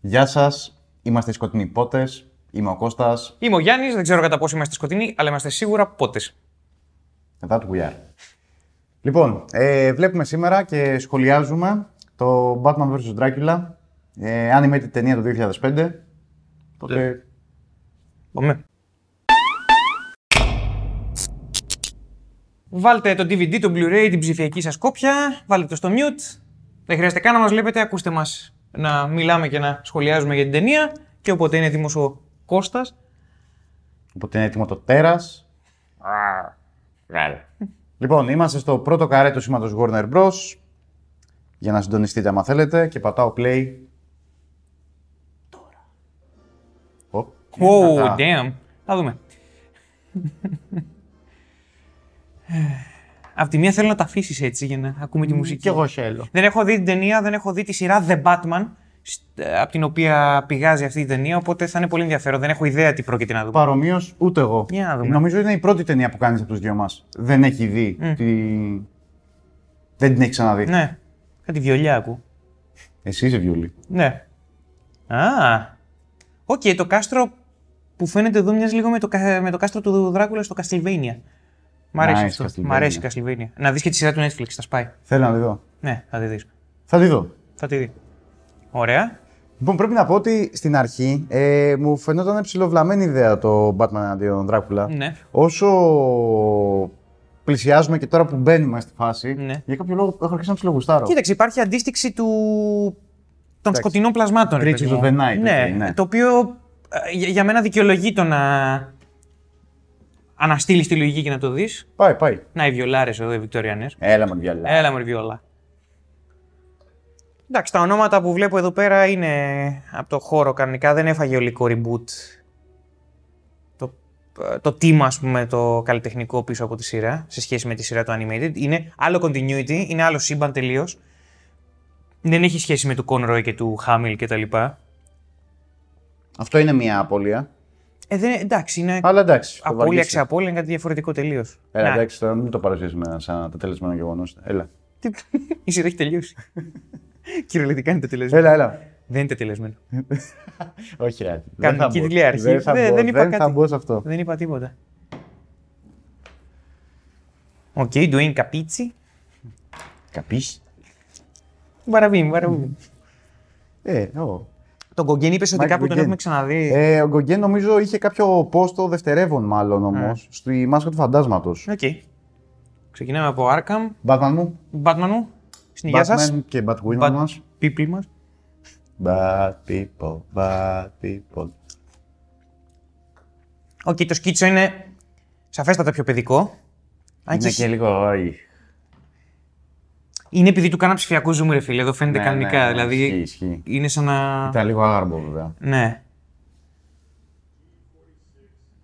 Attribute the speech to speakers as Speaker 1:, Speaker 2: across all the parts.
Speaker 1: Γεια σας, είμαστε οι Σκοτεινοί Πότες. Είμαι ο Κώστας.
Speaker 2: Είμαι ο Γιάννης, δεν ξέρω κατά πόσο είμαστε σκοτεινοί, αλλά είμαστε σίγουρα πότες.
Speaker 1: Μετά του are. Λοιπόν, ε, βλέπουμε σήμερα και σχολιάζουμε το Batman vs. Dracula. Ε, animated ταινία του 2005.
Speaker 2: Ναι.
Speaker 1: Τότε.
Speaker 2: Πάμε. Βάλτε το DVD, το Blu-ray, την ψηφιακή σας κόπια, βάλτε το στο mute. Δεν χρειάζεται καν να μας βλέπετε, ακούστε μας να μιλάμε και να σχολιάζουμε για την ταινία. Και όποτε είναι έτοιμος ο Κώστας,
Speaker 1: Οπότε είναι έτοιμο το τέρας. Λοιπόν, είμαστε στο πρώτο καρέ του σήματος Warner Bros. Για να συντονιστείτε άμα θέλετε και πατάω play. Τώρα. Ε,
Speaker 2: Wow, damn. Θα δούμε. Απ' τη μία θέλω να τα αφήσεις έτσι για να ακούμε τη μουσική.
Speaker 3: Κι εγώ θέλω.
Speaker 2: Δεν έχω δει την ταινία, δεν έχω δει τη σειρά The Batman, στ- από την οποία πηγάζει αυτή η ταινία, οπότε θα είναι πολύ ενδιαφέρον. Δεν έχω ιδέα τι πρόκειται να δούμε.
Speaker 1: Παρομοίως ούτε εγώ.
Speaker 2: Για να δούμε.
Speaker 1: Νομίζω είναι η πρώτη ταινία που κάνεις από τους δύο μας. Δεν έχει δει. Τη... Δεν την έχεις ξαναδεί.
Speaker 2: Ναι, κάτι βιολιά ακού.
Speaker 1: Εσύ είσαι βιολί.
Speaker 2: Ναι. Α, οκ, το κάστρο που φαίνεται εδώ μοιάζει λίγο με το, κα- με το κάστρο του Δράκουλα στο Castlevania. Μ' αρέσει
Speaker 1: Nice,
Speaker 2: αυτό.
Speaker 1: Castlevania.
Speaker 2: Μ' αρέσει η Castlevania. Να δεις και τη σειρά του Netflix, θα σπάει.
Speaker 1: Θέλω να τη δω.
Speaker 2: Ναι, θα τη δεις.
Speaker 1: Θα τη δω.
Speaker 2: Θα τη δει. Ωραία.
Speaker 1: Λοιπόν, πρέπει να πω ότι στην αρχή ε, μου φαινόταν ψηλοβλαμμένη ιδέα το Batman εναντίον Δράκουλα.
Speaker 2: Ναι.
Speaker 1: Όσο πλησιάζουμε και τώρα που μπαίνουμε στη φάση,
Speaker 2: Ναι.
Speaker 1: για κάποιο λόγο έχω αρχίσει να ψιλογουστάρω.
Speaker 2: Κοίταξε, υπάρχει αντίστοιξη του... των σκοτεινών πλασμάτων. ρε
Speaker 1: Creatures
Speaker 2: παιδί μου.
Speaker 1: of the night,
Speaker 2: Ναι,
Speaker 1: okay, ναι.
Speaker 2: το οποίο ε, για, για μένα δικαιολογεί το να αναστείλεις τη λογική και να το δεις.
Speaker 1: Πάει, πάει.
Speaker 2: Να οι βιολάρες εδώ, οι Βικτωριανές.
Speaker 1: Έλα με διάλα.
Speaker 2: Έλα μωρή βιολά. Εντάξει, τα ονόματα που βλέπω εδώ πέρα είναι από το χώρο κανονικά, δεν έφαγε ολικό reboot. Το, το team, ας πούμε, το καλλιτεχνικό πίσω από τη σειρά, σε σχέση με τη σειρά του animated, είναι άλλο continuity, είναι άλλο σύμπαν τελείως. Δεν έχει σχέση με του Conroy και του Hamill και τα λοιπά.
Speaker 1: Αυτό είναι μια απώλεια.
Speaker 2: Ε, δεν, εντάξει, είναι
Speaker 1: Αλλά εντάξει. το
Speaker 2: απώλεια Ναι.
Speaker 1: βαριέσαι.
Speaker 2: ξε απώλεια, είναι κάτι διαφορετικό τελείως.
Speaker 1: Έλα, Ε, εντάξει, τώρα μην το παρουσιάσουμε σαν τελεσμένο γεγονός. Έλα.
Speaker 2: Η σειρά έχει τελειώσει. Κυριολεκτικά είναι τελεσμένο.
Speaker 1: Έλα, έλα.
Speaker 2: Δεν είναι τελεσμένο.
Speaker 1: Όχι, ρε. δεν
Speaker 2: Κανονική
Speaker 1: θα μπω.
Speaker 2: τηλεαρχή.
Speaker 1: Δεν θα,
Speaker 2: Δεν-
Speaker 1: μπω,
Speaker 2: Ναι, δεν είπα
Speaker 1: δεν θα
Speaker 2: κάτι.
Speaker 1: μπω σε αυτό.
Speaker 2: Δεν είπα τίποτα. Οκ, okay, doing capici.
Speaker 1: Καπείς.
Speaker 2: Μπαραβίμ, μπαραβίμ.
Speaker 1: Ε, ω.
Speaker 2: Τον Κογκέν είπες ότι
Speaker 1: Μάικλ
Speaker 2: κάπου τον
Speaker 1: Κογκέν.
Speaker 2: έχουμε ξαναδεί.
Speaker 1: Ε, ο Γκογκέ νομίζω είχε κάποιο πόστο δευτερεύον μάλλον όμως,
Speaker 2: Ναι.
Speaker 1: στη μάσκα του φαντάσματος.
Speaker 2: Ε, Οκ. Ξεκινάμε από Arkham.
Speaker 1: Batman μου.
Speaker 2: Batman μου. Στην υγεία σας.
Speaker 1: Batman και Batwoman
Speaker 2: Bat-
Speaker 1: μας.
Speaker 2: People μας.
Speaker 1: Bad people, bad people.
Speaker 2: Οκ, το σκίτσο είναι σαφέστατα πιο παιδικό. Αν και
Speaker 1: Είναι
Speaker 2: σ-
Speaker 1: και λίγο,
Speaker 2: Ναι,
Speaker 1: όχι.
Speaker 2: είναι επειδή του κάνα ψηφιακό zoom, ρε φίλε. Εδώ φαίνεται
Speaker 1: Ναι,
Speaker 2: κανονικά.
Speaker 1: ναι,
Speaker 2: δηλαδή
Speaker 1: ισχύει, ισχύει.
Speaker 2: είναι σαν να.
Speaker 1: Ήταν λίγο άγαρμπο βέβαια.
Speaker 2: Ναι.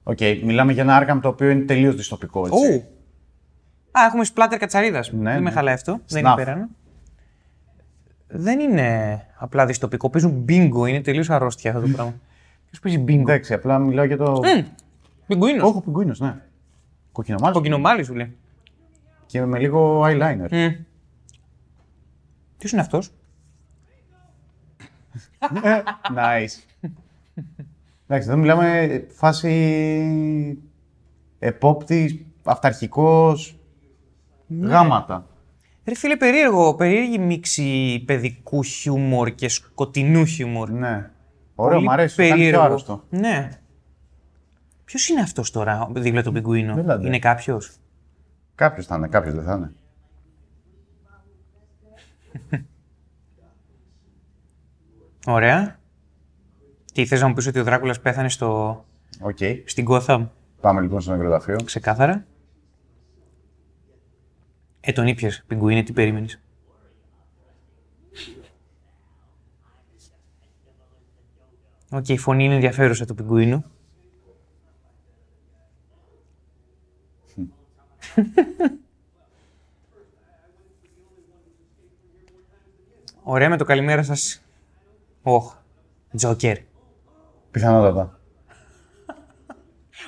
Speaker 1: Οκ, μιλάμε για ένα Arkham το οποίο είναι τελείως δυστοπικό, έτσι.
Speaker 2: Ου. Α, έχουμε σπλάτερ κατσαρίδας.
Speaker 1: Ναι,
Speaker 2: δεν
Speaker 1: ναι.
Speaker 2: με χαλάει αυτό. Δεν
Speaker 1: Snuff.
Speaker 2: είναι πέραν. Δεν είναι απλά δυστοπικό. Παίζουν μπίνγκο. Είναι τελείως αρρώστια αυτό το πράγμα. Ποιος παίζει μπίνγκο.
Speaker 1: Εντάξει, απλά μιλάω για το.
Speaker 2: Ναι. Πιγκουίνο.
Speaker 1: Όχι, πιγκουίνο, ναι. Κοκκινομάζο.
Speaker 2: Κοκκινομάλι σου λέει.
Speaker 1: Και με λίγο eyeliner.
Speaker 2: Ποιος είναι αυτός.
Speaker 1: Nice. Εντάξει, εδώ μιλάμε φάση επόπτη, αυταρχικός, Ναι. γάματα.
Speaker 2: Ρε φίλε, περίεργο. Περίεργη μίξη παιδικού χιούμορ και σκοτεινού χιούμορ.
Speaker 1: Ναι. Ωραίο,
Speaker 2: Πολύ
Speaker 1: μου αρέσει. το Κάνει πιο άρρωστο.
Speaker 2: Ναι. Ποιος είναι αυτός τώρα, δίπλα τον πιγκουίνο.
Speaker 1: Έλα, ναι.
Speaker 2: Είναι κάποιος.
Speaker 1: Κάποιος θα είναι, κάποιος δεν θα είναι.
Speaker 2: Ωραία. Και θες να μου πεις ότι ο Δράκουλας πέθανε στο...
Speaker 1: Οκ.
Speaker 2: στην Gotham.
Speaker 1: Πάμε λοιπόν στο νεκροταφείο.
Speaker 2: Ξεκάθαρα. Ε, τον ήπιες, πιγκουίνε, τι περίμενες. Οκ, η φωνή είναι ενδιαφέρουσα του πιγκουίνου. Ωραία με το καλημέρα σας. Οχ, Τζόκερ.
Speaker 1: Πιθανότατα.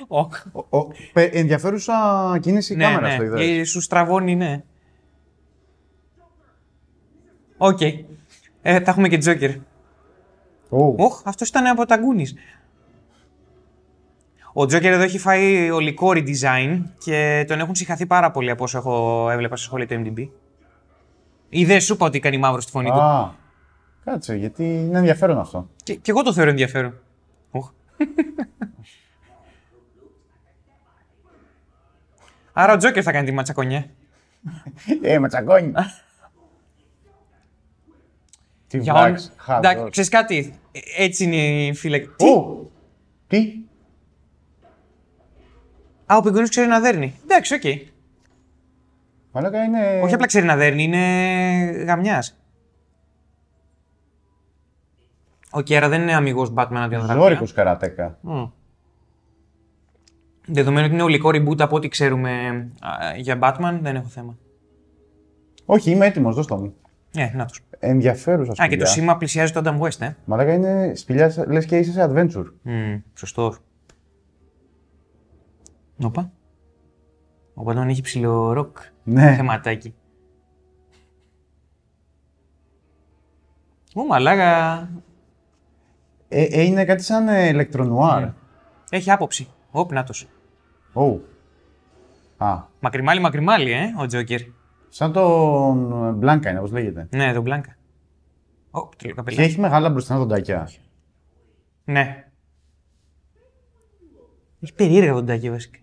Speaker 2: Οχ.
Speaker 1: Ο, ο, πε- ενδιαφέρουσα κίνηση
Speaker 2: ναι,
Speaker 1: κάμερας
Speaker 2: ναι.
Speaker 1: στο είδα.
Speaker 2: Ε, Σου στραβώνει, ναι. Οκ. Ε, τα έχουμε και Τζόκερ.
Speaker 1: Ου.
Speaker 2: Οχ, αυτός ήταν από τα Goonies. Ο Τζόκερ εδώ έχει φάει ολικόρι design και τον έχουν συγχαθεί πάρα πολύ από όσο έχω έβλεπα σε σχόλια του MDB. Ή δεν σου είπα ότι κάνει μαύρο στη φωνή του.
Speaker 1: Α, κάτσε, γιατί είναι ενδιαφέρον αυτό.
Speaker 2: Και, και εγώ το θεωρώ ενδιαφέρον. Οχ. Άρα ο Τζόκερ θα κάνει τη ματσακονιά.
Speaker 1: Ε, ματσακόνι. Τι
Speaker 2: Για όλου.
Speaker 1: βλάξ,
Speaker 2: Εντάξει,
Speaker 1: χαζός.
Speaker 2: ξέρεις κάτι. Ε, Έτσι είναι, φίλε. Τι?
Speaker 1: Ου, Τι,
Speaker 2: Α, ο πιγκούνι ξέρει να δέρνει. Εντάξει, οκ.
Speaker 1: μαλάκα είναι...
Speaker 2: Όχι απλά ξέρει να δέρνει, είναι γαμιάς. Ο Κέρα δεν είναι αμυγός Batman από την Αδράκουρα.
Speaker 1: Ζόρικους καρατέκα.
Speaker 2: Δεδομένου ότι είναι ολικό reboot από ό,τι ξέρουμε α, για Batman, δεν έχω θέμα.
Speaker 1: Όχι, είμαι έτοιμος, δώσ' το μου.
Speaker 2: Ε, να τους.
Speaker 1: Ενδιαφέρουσα σπηλιά.
Speaker 2: Α, και το σήμα πλησιάζει το Adam West, ε.
Speaker 1: Μαλάκα είναι σπηλιάς, σε- λες και είσαι σε adventure.
Speaker 2: Mm, σωστό. Όπα. Ο Παντών έχει ψηλό ροκ.
Speaker 1: Ναι.
Speaker 2: Θεματάκι. Ω, μαλάκα.
Speaker 1: Ε, ε, είναι κάτι σαν ε,
Speaker 2: Ναι.
Speaker 1: ηλεκτρονουάρ.
Speaker 2: Έχει άποψη. Όπ, να τους.
Speaker 1: Ου. Α,
Speaker 2: Μακριμάλι, μακριμάλι, ε, ο Τζόκερ.
Speaker 1: σαν τον ε, Μπλάνκα είναι, όπως λέγεται.
Speaker 2: Ναι, τον Μπλάνκα. Ω, τρελό
Speaker 1: Και
Speaker 2: καπελάκι.
Speaker 1: έχει μεγάλα μπροστινά δοντάκια.
Speaker 2: Ναι. Έχει περίεργα δοντάκια βασικά.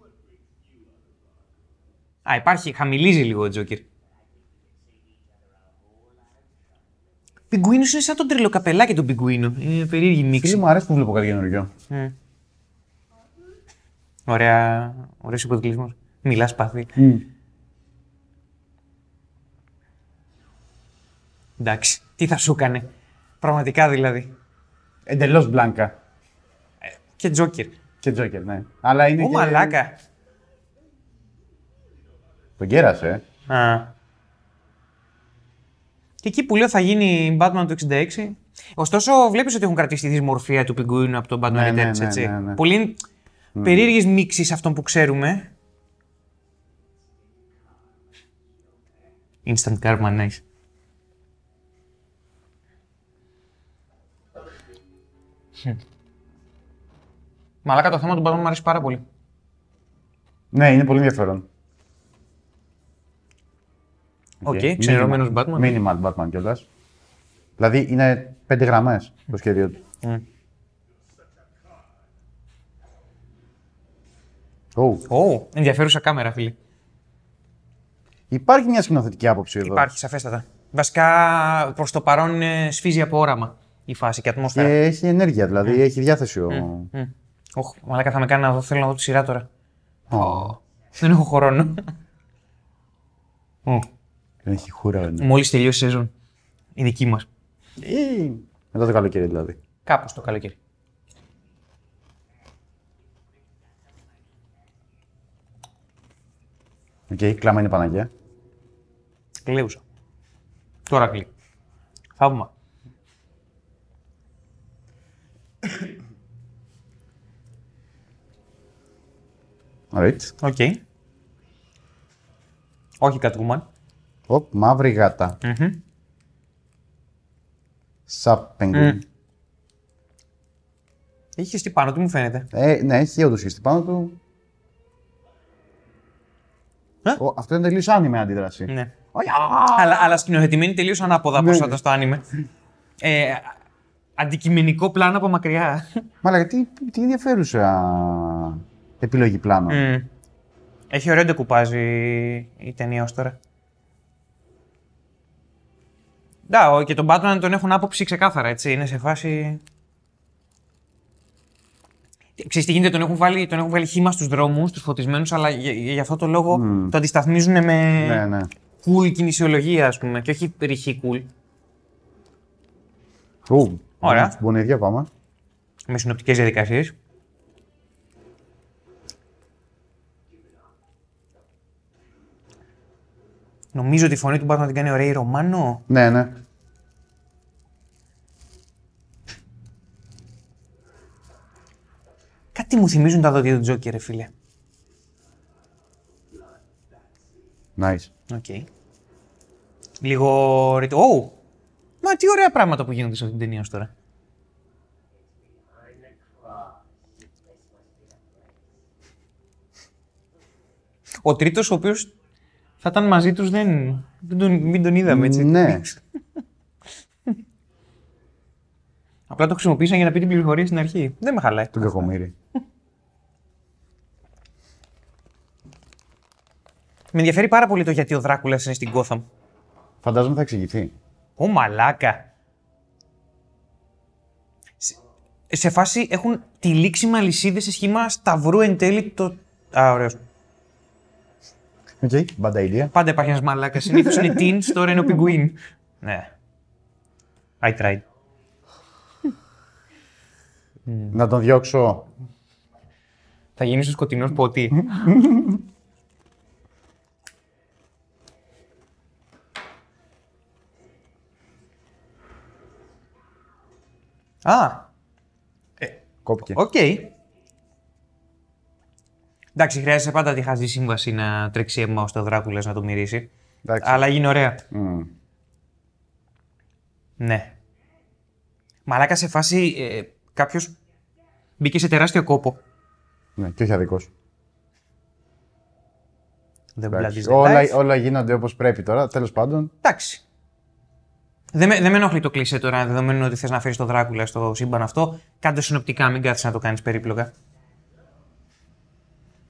Speaker 2: Α, υπάρχει, χαμηλίζει λίγο ο Τζόκερ. Πιγκουίνος είναι σαν τον τρελοκαπελάκι τον πιγκουίνο. Είναι περίεργη
Speaker 1: Φίλοι
Speaker 2: μίξη.
Speaker 1: μου αρέσει που βλέπω κάτι καινούριο.
Speaker 2: Mm. Ωραία, ωραίος υποδικλεισμός. Μιλάς πάθη. Εντάξει, τι θα σου έκανε. Πραγματικά δηλαδή.
Speaker 1: Εντελώς Μπλάνκα.
Speaker 2: Και Τζόκερ.
Speaker 1: Και Τζόκερ, ναι. Αλλά είναι
Speaker 2: Ω,
Speaker 1: και...
Speaker 2: μαλάκα.
Speaker 1: Τον κέρασε. ε.
Speaker 2: Α. Και εκεί που λέω θα γίνει Batman του 66. Ωστόσο, βλέπεις ότι έχουν κρατήσει τη δυσμορφία του πιγκουίνου από τον Batman
Speaker 1: Ναι,
Speaker 2: Returns,
Speaker 1: ναι, ναι,
Speaker 2: έτσι.
Speaker 1: ναι, ναι.
Speaker 2: Πολύ περίεργε μίξει αυτών που ξέρουμε. Instant karma, nice. Μαλάκα το θέμα του Batman μου αρέσει πάρα πολύ.
Speaker 1: Ναι, είναι πολύ ενδιαφέρον.
Speaker 2: Οκ,
Speaker 1: Μήνυμα-
Speaker 2: ξενερωμένος Batman.
Speaker 1: Μήνυμα του Batman κιόλας. Δηλαδή είναι 5 γραμμές το σχέδιο του.
Speaker 2: Mm.
Speaker 1: Ου.
Speaker 2: Ω, ενδιαφέρουσα κάμερα, φίλε.
Speaker 1: Υπάρχει μια σκηνοθετική άποψη εδώ.
Speaker 2: Υπάρχει, σαφέστατα. Βασικά, προς το παρόν ε, σφίζει από όραμα η φάση και η
Speaker 1: Και
Speaker 2: ατμόσφαιρα.
Speaker 1: έχει ενέργεια, δηλαδή έχει διάθεση ο.
Speaker 2: Μμ. Οχ, μαλάκα θα με κάνει να δω, θέλω να δω τη σειρά τώρα. Δεν έχω χρόνο.
Speaker 1: Δεν έχει χούρα, ναι. είναι.
Speaker 2: Μόλις τελειώσει η σεζόν. Η δική μας.
Speaker 1: Ε, Μετά το καλοκαίρι δηλαδή.
Speaker 2: Κάπως το καλοκαίρι.
Speaker 1: Οκ, κλάμα είναι Παναγία.
Speaker 2: Κλαίουσα. Τώρα κλεί. Θαύμα.
Speaker 1: Alright.
Speaker 2: Οκ. Όχι Catwoman.
Speaker 1: Οπ, μαύρη γάτα.
Speaker 2: Μμμ.
Speaker 1: Σαπ penguin.
Speaker 2: Έχει χεστεί πάνω, τι μου φαίνεται.
Speaker 1: Ε, ναι, έχει όντως χεστή πάνω του.
Speaker 2: Ε?
Speaker 1: Ο, αυτό είναι τελείως άνιμε αντίδραση.
Speaker 2: Ναι.
Speaker 1: Ωι,
Speaker 2: αλλά, αλλά σκηνοθετημένη τελείως ανάποδα ναι. πρόσφατα στο άνιμε. Ε, αντικειμενικό πλάνο από μακριά.
Speaker 1: Μαλάκα, τι, τι ενδιαφέρουσα επιλογή πλάνο.
Speaker 2: Μμ. Έχει ωραίο ντεκουπάζει η ταινία ως τώρα. Ναι, ο- και τον Batman τον έχουν άποψη ξεκάθαρα, έτσι. Είναι σε φάση... Ξέρεις τι γίνεται, τον έχουν βάλει, τον έχουν βάλει χήμα στους δρόμους, τους φωτισμένους, αλλά για, για- για αυτό το λόγο το αντισταθμίζουν με
Speaker 1: Ναι, ναι.
Speaker 2: cool κινησιολογία, ας πούμε, και όχι ρηχή cool.
Speaker 1: Ου,
Speaker 2: Ωραία.
Speaker 1: ναι, Μπουνίδια, πάμε.
Speaker 2: με συνοπτικές διαδικασίες. Νομίζω ότι η φωνή του Batman την κάνει ωραία η Ρωμάνο.
Speaker 1: Ναι, ναι.
Speaker 2: Κάτι μου θυμίζουν τα δόντια του Τζόκερ, ρε φίλε.
Speaker 1: Nice.
Speaker 2: Οκ. Λίγο ρητό. Ω! Μα τι ωραία πράγματα που γίνονται σε αυτήν την ταινία ως τώρα. Ο τρίτος, ο οποίος θα ήταν μαζί τους, δεν. Μην τον, μην τον είδαμε Ε, έτσι.
Speaker 1: Ναι.
Speaker 2: Απλά το χρησιμοποίησαν για να πει την πληροφορία στην αρχή. Δεν με χαλάει.
Speaker 1: Τον κακομοίρη.
Speaker 2: Με ενδιαφέρει πάρα πολύ το γιατί ο Δράκουλας είναι στην Gotham.
Speaker 1: Φαντάζομαι θα εξηγηθεί.
Speaker 2: Ω μαλάκα. Σε, σε φάση έχουν τυλίξιμα λυσίδε σε σχήμα σταυρού εν τέλει το. Α, ωραίος.
Speaker 1: Οκ, bad idea.
Speaker 2: Πάντα υπάρχει ένας μαλάκας. Συνήθως είναι teens, τώρα είναι ο πιγκουίν. Ναι. I tried. Mm.
Speaker 1: Να τον διώξω.
Speaker 2: Θα γίνει ο σκοτεινό ποτή. Α,
Speaker 1: Κόπηκε.
Speaker 2: οκ. Εντάξει, χρειάζεσαι πάντα τη χαζή σύμβαση να τρέξει αίμα ώστε ο Δράκουλας να το μυρίσει.
Speaker 1: Εντάξει.
Speaker 2: Αλλά γίνει ωραία.
Speaker 1: Μμμ.
Speaker 2: Ναι. Μαλάκα σε φάση ε, κάποιος μπήκε σε τεράστιο κόπο.
Speaker 1: Ναι, και όχι αδικός.
Speaker 2: Δεν
Speaker 1: Εντάξει,
Speaker 2: μπλαντίζει.
Speaker 1: Όλα, όλα γίνονται όπως πρέπει τώρα, τέλος πάντων.
Speaker 2: Εντάξει. Δεν με, δεν με ενοχλεί το κλισέ τώρα, δεδομένου ότι θες να φέρεις τον Δράκουλα στο σύμπαν αυτό. Κάντε συνοπτικά, μην κάθεσαι να το κάνεις περίπλοκα.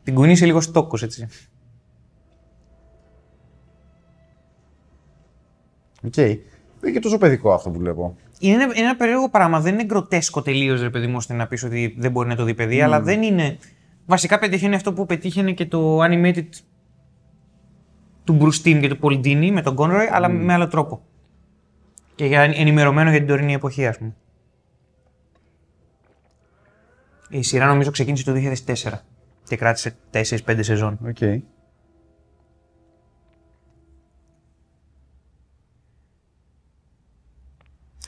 Speaker 2: Την κουνήσει λίγο στόκος, έτσι.
Speaker 1: Οκ. Δεν είναι και τόσο παιδικό αυτό που βλέπω.
Speaker 2: Είναι, ένα- είναι ένα περίεργο πράγμα. Δεν είναι γκροτέσκο τελείως, ρε παιδί μου, ώστε να πεις ότι δεν μπορεί να το δει παιδί, αλλά δεν είναι. Βασικά πετύχαινε αυτό που πετύχαινε και το animated του Μπρουστίν και του Πολντίνι με τον Conroy, αλλά με άλλο τρόπο. Και για, ενημερωμένο για την τωρινή εποχή, ας πούμε. Η σειρά νομίζω ξεκίνησε το 2004 και κράτησε 4-5 σεζόν.
Speaker 1: Οκ.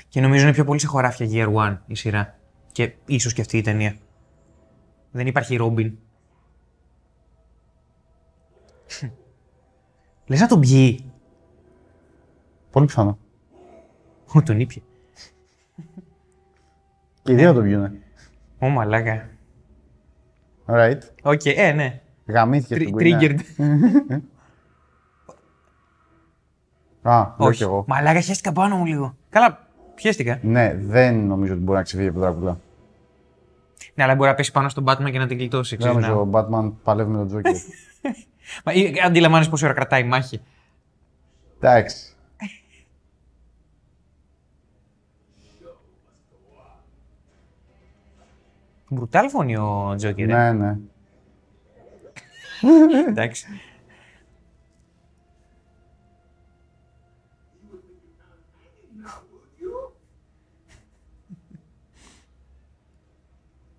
Speaker 2: Και νομίζω είναι πιο πολύ σε χωράφια Year One η σειρά. Και ίσως και αυτή η ταινία. Δεν υπάρχει Ρόμπιν. Λες να τον πιει.
Speaker 1: Πολύ πιθανό.
Speaker 2: Ω, τον ήπιε.
Speaker 1: Και οι δύο
Speaker 2: Ναι.
Speaker 1: το πιούνε.
Speaker 2: Ω, μαλάκα.
Speaker 1: Alright.
Speaker 2: Οκ, ε, ναι.
Speaker 1: Γαμήθηκε
Speaker 2: Τρι-
Speaker 1: στην κουίνα.
Speaker 2: Triggered.
Speaker 1: Α, λέω κι εγώ.
Speaker 2: Μαλάκα, χαίστηκα πάνω μου λίγο. Καλά, χαίστηκα.
Speaker 1: Ναι, δεν νομίζω ότι μπορεί να ξεφύγει από τον Δράκουλα.
Speaker 2: Ναι, αλλά μπορεί να πέσει πάνω στον Batman και να την γλιτώσει.
Speaker 1: Δεν
Speaker 2: ξέρεις,
Speaker 1: νομίζω
Speaker 2: να-
Speaker 1: ο Batman παλεύει με τον Τζόκερ.
Speaker 2: Μα, ε, Αντιλαμβάνεσαι πόση ώρα κρατάει η μάχη.
Speaker 1: Εντάξει.
Speaker 2: Μπρουτάλ φωνεί ο Τζόκερ. ε.
Speaker 1: Ναι, ναι.
Speaker 2: Εντάξει.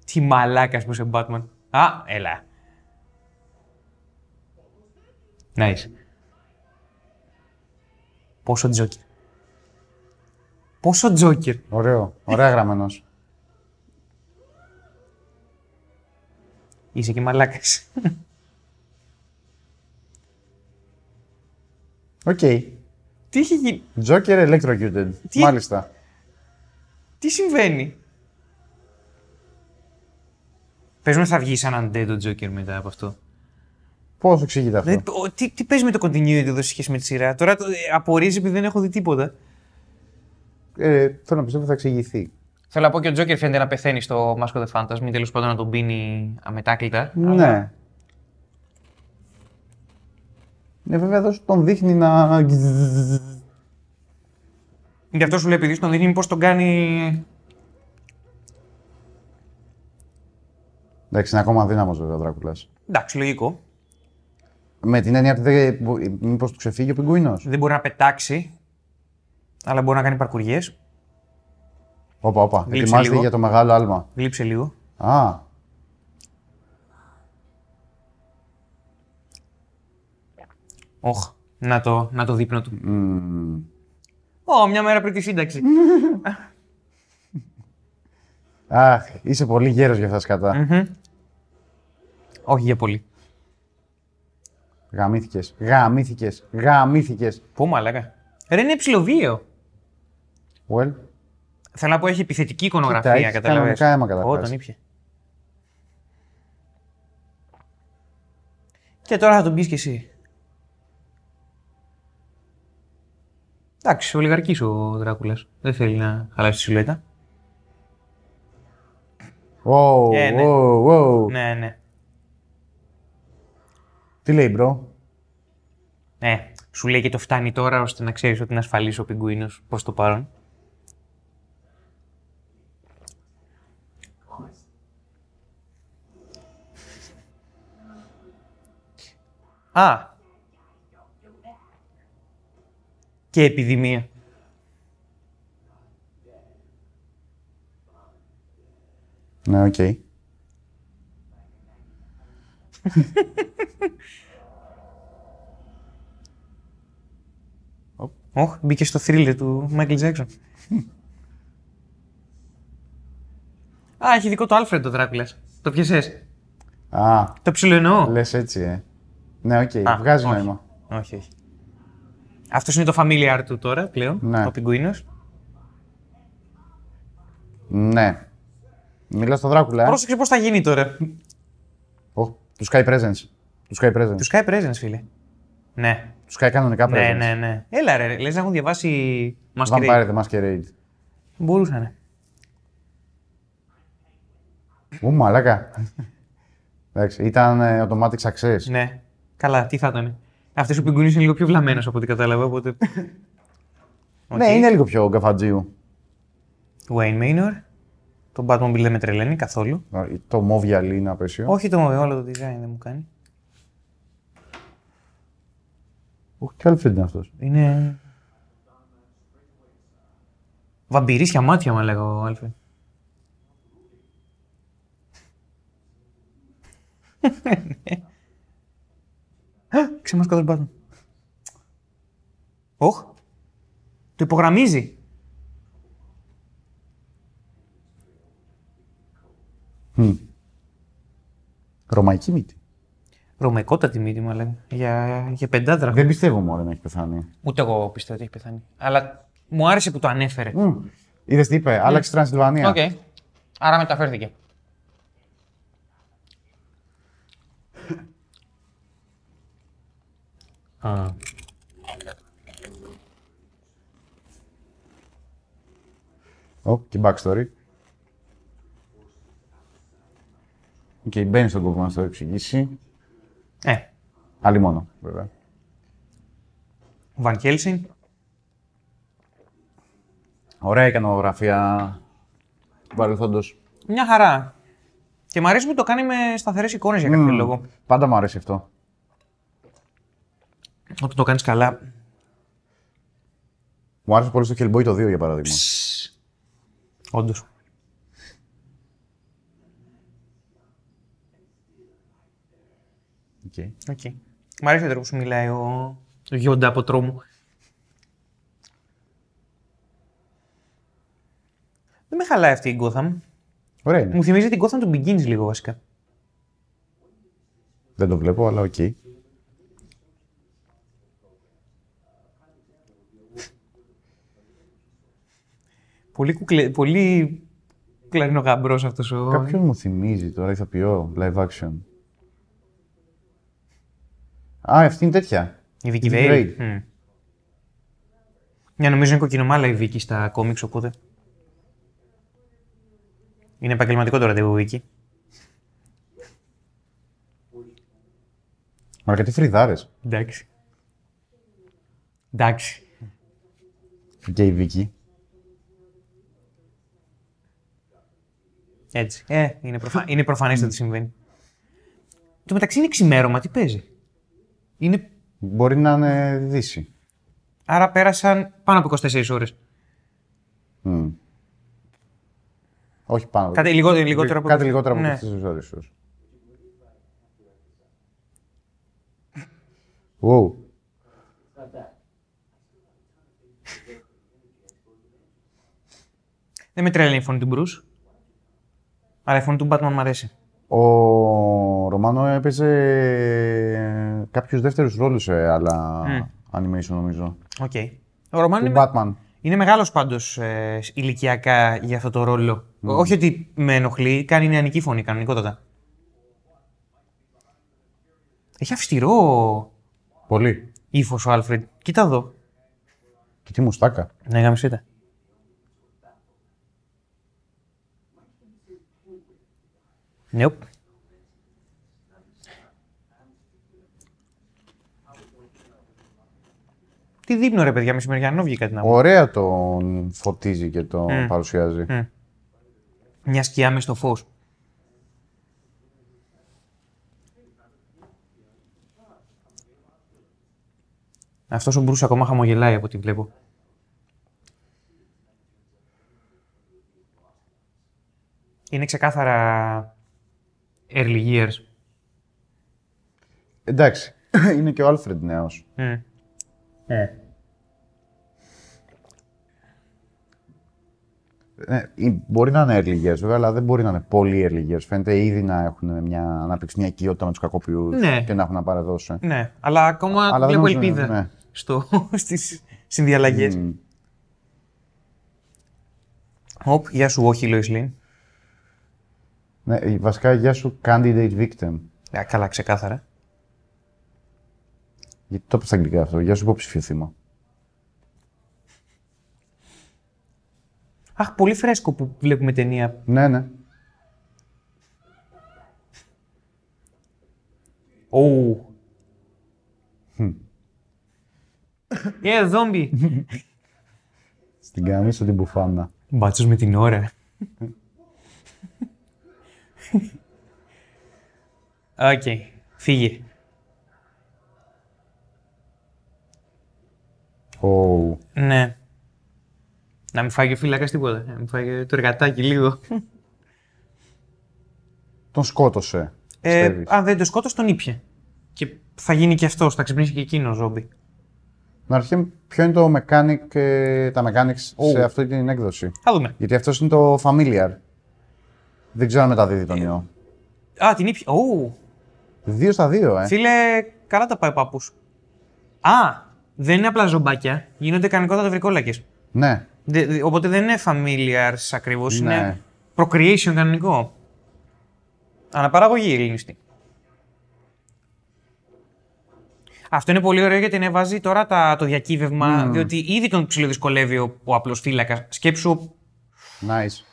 Speaker 2: Τι μαλάκας που είσαι Batman. Α, έλα. Nice. Πόσο Τζόκερ. Πόσο Τζόκερ.
Speaker 1: Ωραίο. Ωραία γραμμένος.
Speaker 2: Είσαι και μαλάκας.
Speaker 1: Οκ.
Speaker 2: τι έχει γίνει.
Speaker 1: Joker electrocuted.
Speaker 2: Τι-
Speaker 1: Μάλιστα.
Speaker 2: Τι συμβαίνει. Παίζουμε θα βγεις σαν undead ο Τζόκερ μετά από αυτό.
Speaker 1: Πώς εξηγείται αυτό.
Speaker 2: Δηλαδή, ο- τι, τι παίζει με το continuity εδώ σε σχέση με τη σειρά. Τώρα το, ε, απορίζει επειδή δεν έχω δει τίποτα.
Speaker 1: Ε, θέλω να πιστεύω θα εξηγηθεί.
Speaker 2: Θέλω να πω και ο Τζόκερ φαίνεται να πεθαίνει στο Mask of the Phantasm ή τέλος πάντων να τον πίνει αμετάκλητα.
Speaker 1: Ναι. Ναι, βέβαια εδώ σου τον δείχνει να.
Speaker 2: Γι' αυτό σου λέει επειδή στον δίνει πώ τον κάνει.
Speaker 1: Εντάξει, είναι ακόμα αδύναμος βέβαια ο Δράκουλας.
Speaker 2: Εντάξει, λογικό.
Speaker 1: Με την έννοια ότι μήπως του ξεφύγει ο πιγκουίνος.
Speaker 2: Δεν μπορεί να πετάξει, αλλά μπορεί να κάνει παρκουριέ.
Speaker 1: Όπα, όπα.
Speaker 2: Γλύψε
Speaker 1: Ετοιμάζεται
Speaker 2: λίγο.
Speaker 1: για το μεγάλο άλμα.
Speaker 2: Γλύψε λίγο.
Speaker 1: Α.
Speaker 2: Όχ, να το, να το δείπνο του.
Speaker 1: μμ.
Speaker 2: Ω, μια μέρα πριν τη σύνταξη.
Speaker 1: Αχ, είσαι πολύ γέρος για αυτά τα σκατά.
Speaker 2: Μμμ. Όχι για πολύ.
Speaker 1: Γαμήθηκες. Γαμήθηκες. Γαμήθηκες.
Speaker 2: Πού μαλάκα. Ρε είναι ψηλοβίαιο.
Speaker 1: Well,
Speaker 2: Θέλω να πω έχει επιθετική εικονογραφία,
Speaker 1: Κοίτα, έχει
Speaker 2: καταλαβαίνεις.
Speaker 1: κανονικά αίμα καταρχάς.
Speaker 2: Ω, τον ήπια. Και τώρα θα τον πεις κι εσύ. Εντάξει, ολιγαρκής ο Δράκουλας. Δεν θέλει να χαλάσει τη σιλουέτα.
Speaker 1: Wow,
Speaker 2: Ε, ναι.
Speaker 1: wow, wow.
Speaker 2: Ναι, ναι.
Speaker 1: Τι λέει, bro.
Speaker 2: Ναι, σου λέει και το φτάνει τώρα ώστε να ξέρεις ότι είναι ασφαλής ο πιγκουίνος προς το παρόν. Α! Και επιδημία.
Speaker 1: Ναι, οκ.
Speaker 2: Οχ, μπήκε στο θρίλερ του Μάικλ Τζάξον. Α, έχει δικό του Άλφρεντ ο Δράκουλας. Το πιασες.
Speaker 1: Α,
Speaker 2: Το ψιλοεννοώ.
Speaker 1: λες έτσι, ε. Ναι, οκ.
Speaker 2: Α,
Speaker 1: Βγάζει
Speaker 2: όχι.
Speaker 1: νόημα.
Speaker 2: Όχι, όχι. Αυτός είναι το familiar του τώρα πλέον,
Speaker 1: Ναι.
Speaker 2: ο πιγκουίνος.
Speaker 1: Ναι. Μιλάς στο Δράκουλα, ε.
Speaker 2: Πρόσεξε πώς θα γίνει τώρα.
Speaker 1: Οχ, του Sky Presence. Του Sky Presence.
Speaker 2: Του
Speaker 1: Του
Speaker 2: Sky Presence, φίλε. Ναι.
Speaker 1: Sky κανονικά Presence.
Speaker 2: Ναι, ναι, ναι. Έλα, ρε, λες να έχουν διαβάσει Masquerade.
Speaker 1: Vampire the Masquerade.
Speaker 2: Μπορούσανε.
Speaker 1: Ου, μαλάκα. Εντάξει, ήταν ε, automatic success.
Speaker 2: Ναι. Καλά, τι θα ήταν. Αυτό ο πιγκούνι είναι λίγο πιο βλαμμένο από ό,τι κατάλαβα, οπότε. Οκ.
Speaker 1: Ναι, είναι λίγο πιο γκαφατζίου.
Speaker 2: Wayne Manor. Το Batmobile δεν με τρελαίνει καθόλου.
Speaker 1: Το μόβιαλι είναι απέσιο.
Speaker 2: Όχι το μοβιό, όλο το design δεν μου κάνει.
Speaker 1: Όχι, και Alfred είναι αυτός.
Speaker 2: Είναι. Βαμπυρίσια μάτια, μα λέγω ο Άλφρεντ. Ξεμάσκα τον πάτο. Όχ. Το υπογραμμίζει.
Speaker 1: Ρωμαϊκή μύτη.
Speaker 2: Ρωμαϊκότατη μύτη, μα λένε. Για, για πεντάδρα.
Speaker 1: Δεν πιστεύω μόνο να έχει πεθάνει.
Speaker 2: Ούτε εγώ πιστεύω ότι έχει πεθάνει. Αλλά μου άρεσε που το ανέφερε. Οκ.
Speaker 1: Είδες τι είπε, άλλαξε Τρανσιλβανία.
Speaker 2: Άρα μεταφέρθηκε.
Speaker 1: Ω, και backstory. Οκ, μπαίνει στον κόπο να σου το εξηγήσει.
Speaker 2: Ε,
Speaker 1: Άλλη μόνο, βέβαια.
Speaker 2: Βαν Χέλσιν.
Speaker 1: Ωραία εικανογραφία του παρελθόντος.
Speaker 2: Μια χαρά. Και μου αρέσει που το κάνει με σταθερές εικόνες για
Speaker 1: Mm.
Speaker 2: κάποιο λόγο.
Speaker 1: Πάντα μου αρέσει αυτό.
Speaker 2: Όταν το κάνεις καλά.
Speaker 1: Μου άρεσε πολύ στο Hellboy το 2 για παράδειγμα.
Speaker 2: Όντω.
Speaker 1: Okay.
Speaker 2: Okay. Μ' αρέσει ο τρόπος που σου μιλάει ο ο Γιόντα από τρόμου. Δεν με χαλάει αυτή η Gotham.
Speaker 1: Ωραία είναι.
Speaker 2: Μου θυμίζει την Gotham του Begins λίγο βασικά.
Speaker 1: Δεν το βλέπω, αλλά οκ.
Speaker 2: Πολύ, κουκλε... πολύ κλαρινογαμπρός αυτός ο...
Speaker 1: Κάποιον μου θυμίζει τώρα ηθοποιό, live action. Α, αυτή είναι τέτοια.
Speaker 2: Η Vicky
Speaker 1: Vicky
Speaker 2: Vale.
Speaker 1: Vale.
Speaker 2: Μμμ. Ναι, νομίζω είναι κοκκινομάλα η Vicky στα κόμιξ, οπότε. Είναι επαγγελματικό το ραντεβού, Vicky.
Speaker 1: Μα γιατί φρυδάρες.
Speaker 2: Εντάξει. Εντάξει.
Speaker 1: Και η Βίκη.
Speaker 2: Έτσι. Ε, είναι, προφα... είναι προφανές ότι συμβαίνει. Το μεταξύ είναι ξημέρωμα, τι παίζει. Είναι...
Speaker 1: Μπορεί να είναι Δύση.
Speaker 2: Άρα πέρασαν πάνω από 24 ώρες.
Speaker 1: Μμμ. Όχι πάνω.
Speaker 2: Κάτι λιγότερο, λιγότερο από...
Speaker 1: Κάτι λιγότερο από
Speaker 2: Ναι.
Speaker 1: ναι. τις ώρες ίσως. Wow.
Speaker 2: Δεν με τρέλανε η φωνή του Bruce. Αλλά η φωνή του Batman μου αρέσει.
Speaker 1: Ο Ρωμάνο έπαιζε κάποιους δεύτερους ρόλους σε άλλα
Speaker 2: Ναι.
Speaker 1: animation νομίζω.
Speaker 2: Οκ. Ο Ρωμάν
Speaker 1: Του
Speaker 2: είναι
Speaker 1: Batman.
Speaker 2: Είναι μεγάλος πάντως ε, ηλικιακά για αυτό το ρόλο. Όχι ότι με ενοχλεί, κάνει νεανική φωνή κανονικότατα. Έχει αυστηρό
Speaker 1: Πολύ.
Speaker 2: ύφος ο Άλφρεντ. Κοίτα εδώ.
Speaker 1: Και τι μουστάκα.
Speaker 2: Ναι, γαμισίτα. Nope. Τι δείπνο ρε παιδιά, μεσημεριανό βγήκα την αγορά.
Speaker 1: Ωραία τον φωτίζει και τον
Speaker 2: Μμ.
Speaker 1: παρουσιάζει.
Speaker 2: Μμ. Μια σκιά μες στο φως. Αυτός ο Μπρούς ακόμα χαμογελάει από ό,τι βλέπω. Είναι ξεκάθαρα early years.
Speaker 1: Εντάξει. Είναι και ο Άλφρεντ νέος.
Speaker 2: Mm.
Speaker 1: Ε, ή- μπορεί να είναι early years, βέβαια, αλλά δεν μπορεί να είναι πολύ early years. Φαίνεται ήδη να έχουν μια ανάπτυξη, μια οικειότητα με τους κακοποιούς
Speaker 2: Ναι.
Speaker 1: και να έχουν να παραδώσει.
Speaker 2: Ναι, αλλά ακόμα
Speaker 1: Αλλά δεν
Speaker 2: βλέπω
Speaker 1: νομίζω,
Speaker 2: ελπίδα
Speaker 1: ναι.
Speaker 2: στο, στις συνδιαλλαγές.
Speaker 1: Μμ.
Speaker 2: Οπ, γεια σου, όχι, Lois Lane.
Speaker 1: Ναι, ε, βασικά, γεια σου, candidate victim.
Speaker 2: Ε, καλά, ξεκάθαρα.
Speaker 1: Γιατί το είπα στα αγγλικά αυτό, γεια σου, υποψηφίο θύμα.
Speaker 2: Αχ, πολύ φρέσκο που βλέπουμε ταινία.
Speaker 1: Ναι, ναι.
Speaker 2: Ου. Ε, ζόμπι.
Speaker 1: Στην
Speaker 2: Ναι.
Speaker 1: καμίσο την μπουφάνα.
Speaker 2: Μπάτσος με την ώρα. Οκ, φύγε.
Speaker 1: Ω,
Speaker 2: Ναι. Να μην φάγει ο φύλακας τίποτα. Να μην φάγει το εργατάκι λίγο.
Speaker 1: Τον σκότωσε.
Speaker 2: Ε,
Speaker 1: πιστεύεις.
Speaker 2: αν δεν το σκότωσε, τον ήπια. Και θα γίνει και αυτός, θα ξυπνήσει και εκείνος ζόμπι.
Speaker 1: Να αρχίσουμε, ποιο είναι το mechanic, ε, τα mechanics
Speaker 2: Ου.
Speaker 1: σε αυτή την έκδοση.
Speaker 2: Θα δούμε.
Speaker 1: Γιατί αυτός είναι το familiar. Δεν ξέρω αν μεταδίδει τον ιό.
Speaker 2: Α, την ήπια. Ου.
Speaker 1: Δύο στα δύο, ε.
Speaker 2: Φίλε, καλά τα πάει ο παππούς. Α, δεν είναι απλά ζομπάκια. Γίνονται κανονικότατα βρικόλακες.
Speaker 1: Ναι.
Speaker 2: Οπότε δεν είναι familiars ακριβώς.
Speaker 1: Ναι.
Speaker 2: Είναι procreation κανονικό. Αναπαραγωγή ελληνιστή. Αυτό είναι πολύ ωραίο γιατί ανεβάζει τώρα τα, το διακύβευμα, διότι ήδη τον ψιλοδυσκολεύει ο, ο απλός φύλακας. Σκέψου.
Speaker 1: Nice.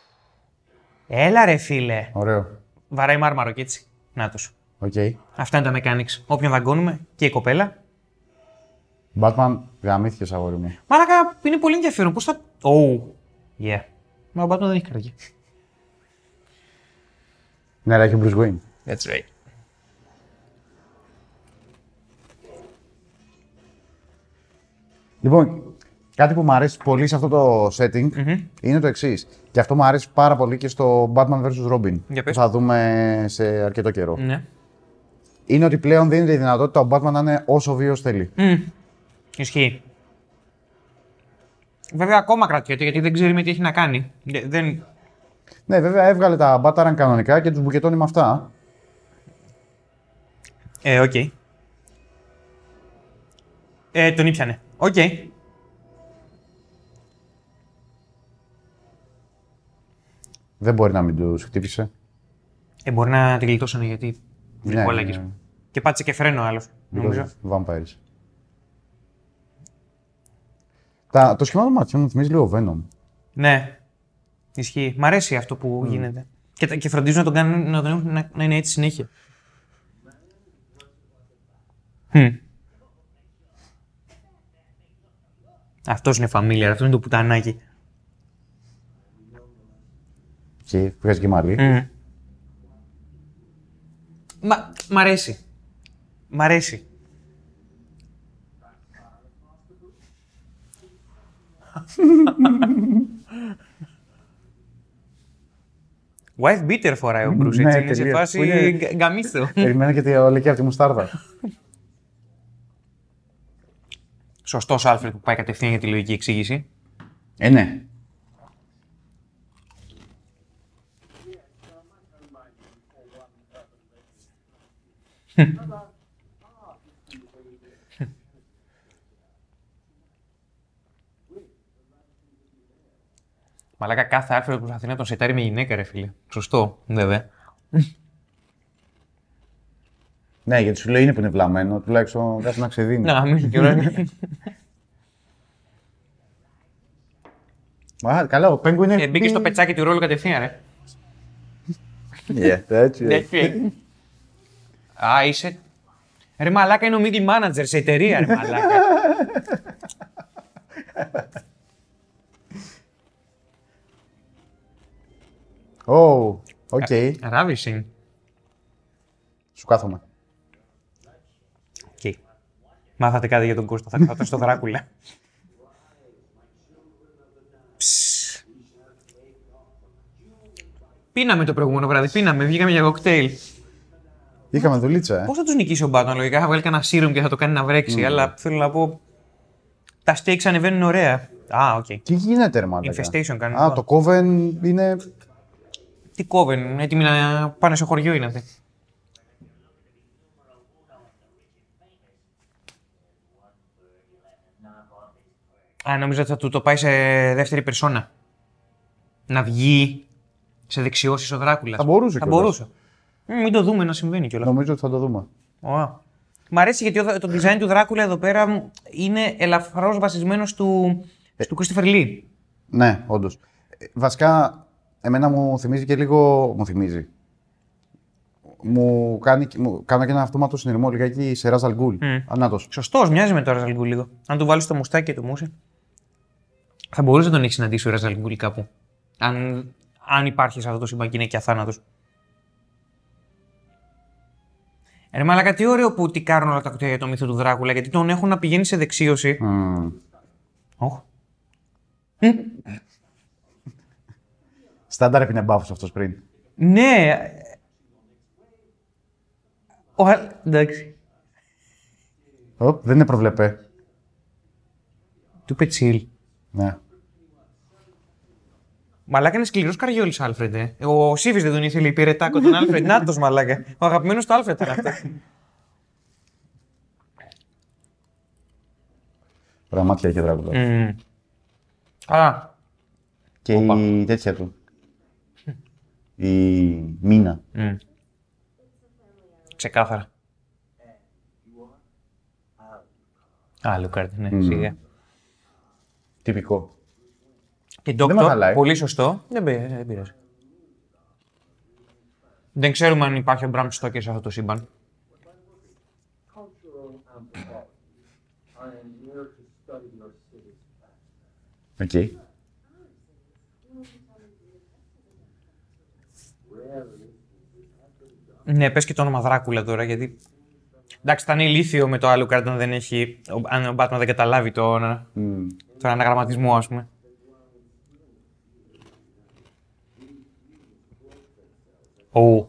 Speaker 2: Έλα ρε φίλε.
Speaker 1: Ωραίο.
Speaker 2: Βαράει μάρμαρο και έτσι. Νάτος.
Speaker 1: Οκ.
Speaker 2: Αυτά είναι τα mechanics. Όποιον δαγκώνουμε και η κοπέλα.
Speaker 1: Batman, γαμήθηκες αγόρι μου.
Speaker 2: Μάλακα είναι πολύ ενδιαφέρον. Πώς θα. Ωου. Yeah. Μα ο Batman δεν έχει καρδιά.
Speaker 1: Ναι, αλλά έχει ο Bruce Wayne.
Speaker 2: That's right.
Speaker 1: Λοιπόν, κάτι που μου αρέσει πολύ σε αυτό το setting είναι το εξής. Και αυτό μου αρέσει πάρα πολύ και στο Batman vs. Robin.
Speaker 2: Για πες.
Speaker 1: που θα δούμε σε αρκετό καιρό.
Speaker 2: Ναι.
Speaker 1: Είναι ότι πλέον δίνεται η δυνατότητα ο Batman να είναι όσο βίαιος θέλει.
Speaker 2: Ισχύει. Βέβαια ακόμα κρατιέται γιατί δεν ξέρει με τι έχει να κάνει. Δε- Δεν...
Speaker 1: Ναι, βέβαια έβγαλε τα Batarang κανονικά και τους μπουκετώνει με αυτά.
Speaker 2: Ε, οκ. Ε, τον ήπιανε. Οκ. Ε,
Speaker 1: Δεν μπορεί να μην τους χτύπησε.
Speaker 2: Ε, μπορεί να τη γλιτώσανε γιατί.
Speaker 1: Ναι,
Speaker 2: βρικόλακες.
Speaker 1: ναι.
Speaker 2: Και πάτησε και φρένο άλλο. Νομίζω.
Speaker 1: Because of Vampires. Τα, το σχήμα των ματιών μου θυμίζει λίγο Venom.
Speaker 2: Ναι. Ισχύει. Μ' αρέσει αυτό που γίνεται. Και, τα- και φροντίζουν να τον κάνουν να, τον έχουν- να, να είναι έτσι συνέχεια. Χμ. Αυτός είναι familiar, αυτός είναι το πουτανάκι.
Speaker 1: Και βγάζει και μαλλί.
Speaker 2: Ε. Μα, μ' αρέσει. Μ' αρέσει. Wife beater φοράει ο Μπρούς,
Speaker 1: Ναι,
Speaker 2: έτσι, είναι σε
Speaker 1: τελείως.
Speaker 2: φάση
Speaker 1: Που είναι-
Speaker 2: γκα- γκαμίστο.
Speaker 1: Περιμένω και τη ολική αυτή τη μουστάρδα.
Speaker 2: Σωστός Άλφρεντ που πάει κατευθείαν για τη λογική εξήγηση.
Speaker 1: ε, ναι.
Speaker 2: Μαλάκα κάθε Άλφρεντ που προσπαθεί να τον σετάρει με γυναίκα, ρε φίλε. Σωστό, βέβαια.
Speaker 1: Ναι, γιατί σου λέει είναι που είναι βλαμμένο, τουλάχιστον κάτσε να ξεδίνει.
Speaker 2: Να, μην κιόλα.
Speaker 1: Μα, καλά, ο Πέγκου είναι.
Speaker 2: Ε, Μπήκε στο πετσάκι του ρόλου κατευθείαν, ρε.
Speaker 1: Ναι,
Speaker 3: Yeah, that's
Speaker 2: Ναι.
Speaker 3: it.
Speaker 2: Έτσι. Α, είσαι. Ρε μαλάκα είναι ο middle manager σε εταιρεία, ρε μαλάκα.
Speaker 1: Oh, οκ.
Speaker 2: Αράβης είναι.
Speaker 1: Σου κάθομαι.
Speaker 2: Οκ. Μάθατε κάτι για τον Κώστα, θα κάθατε στο Δράκουλα. Ψ. Πίναμε το προηγούμενο βράδυ, πίναμε, βγήκαμε για κοκτέιλ.
Speaker 1: Είχαμε δουλίτσα, ε.
Speaker 2: Πώς θα τους νικήσει ο Μπάτμαν, λογικά θα βγάλει κανένα σύρουμ και θα το κάνει να βρέξει, αλλά θέλω να πω. Τα stakes ανεβαίνουν ωραία. Α, οκ.
Speaker 1: Τι γίνεται, ρε μάλλον.
Speaker 2: Infestation κάνουν. λοιπόν.
Speaker 1: Α, το Coven είναι.
Speaker 2: Τι κόβεν, έτοιμοι να πάνε στο χωριό είναι αυτοί. Α, νομίζω ότι θα του το πάει σε δεύτερη περσόνα. Να βγει σε δεξιώσεις ο Δράκουλας.
Speaker 1: Θα μπορούσε
Speaker 2: Θα
Speaker 1: κιόλας.
Speaker 2: μπορούσε. Μ, Μην το δούμε να συμβαίνει κιόλας.
Speaker 1: Νομίζω ότι θα το δούμε.
Speaker 2: Ωα. Μ' αρέσει γιατί ο- το design του Δράκουλα εδώ πέρα μ, είναι ελαφρώς βασισμένος του,
Speaker 1: Ε,
Speaker 2: του Christopher Lee.
Speaker 1: Ναι, όντως. Βασικά, εμένα μου θυμίζει και λίγο. Μου θυμίζει. Μου κάνει, μου, κάνω και ένα αυτόματο συνειρμό λιγάκι σε Ράζαλ Γκούλ. Ανάτος.
Speaker 2: Σωστός, μοιάζει με τον Ραζαλγκούλ λίγο. Αν του βάλεις το μουστάκι του Μούσε. Θα μπορούσε να τον έχεις συναντήσει ο Ραζαλγκούλ κάπου. Αν, αν υπάρχει σε αυτό το σύμπαν και είναι και αθάνατος. Ρε μαλάκα, τι ωραίο που τικάρουν όλα τα κουτιά για το μύθο του Δράκουλα, γιατί τον έχουν να πηγαίνει σε δεξίωση.
Speaker 1: Μμμ.
Speaker 2: Οχ.
Speaker 1: Στάνταρ έπινε μπάφος αυτός πριν.
Speaker 2: Ναι. Ο, α- εντάξει.
Speaker 1: Οπ, δεν είναι προβλεπέ.
Speaker 2: Του πετσίλ.
Speaker 1: Ναι.
Speaker 2: Μαλάκα είναι σκληρός καριόλης, Άλφρεντ. ε. Ο Σίβης δεν τον ήθελε υπηρετάκο τον Άλφρεντ. Να τος μαλάκα. Ο αγαπημένος του Άλφρεντ ήταν αυτός.
Speaker 1: Ωραία μάτια είχε Δράκουλα.
Speaker 2: Καλά.
Speaker 1: Και η τέτοια του. Η Μίνα.
Speaker 2: Ξεκάθαρα. Α, Λουκάρτ, ναι, σιγά.
Speaker 1: Τυπικό.
Speaker 2: Και
Speaker 1: με
Speaker 2: Ντόκτο,
Speaker 1: χαλάει.
Speaker 2: πολύ σωστό. Δεν, πει- δεν πειράζει. Δεν ξέρουμε αν υπάρχει ο Μπραμ Στόκερ σε αυτό το σύμπαν.
Speaker 1: Οκ.
Speaker 2: Ναι, πες και το όνομα Δράκουλα τώρα, γιατί. Εντάξει, θα είναι ηλίθιο με το άλλο κάρτα αν δεν έχει. ο- Αν ο Μπάτμαν δεν καταλάβει τον, τον αναγραμματισμό, ας πούμε. Ου.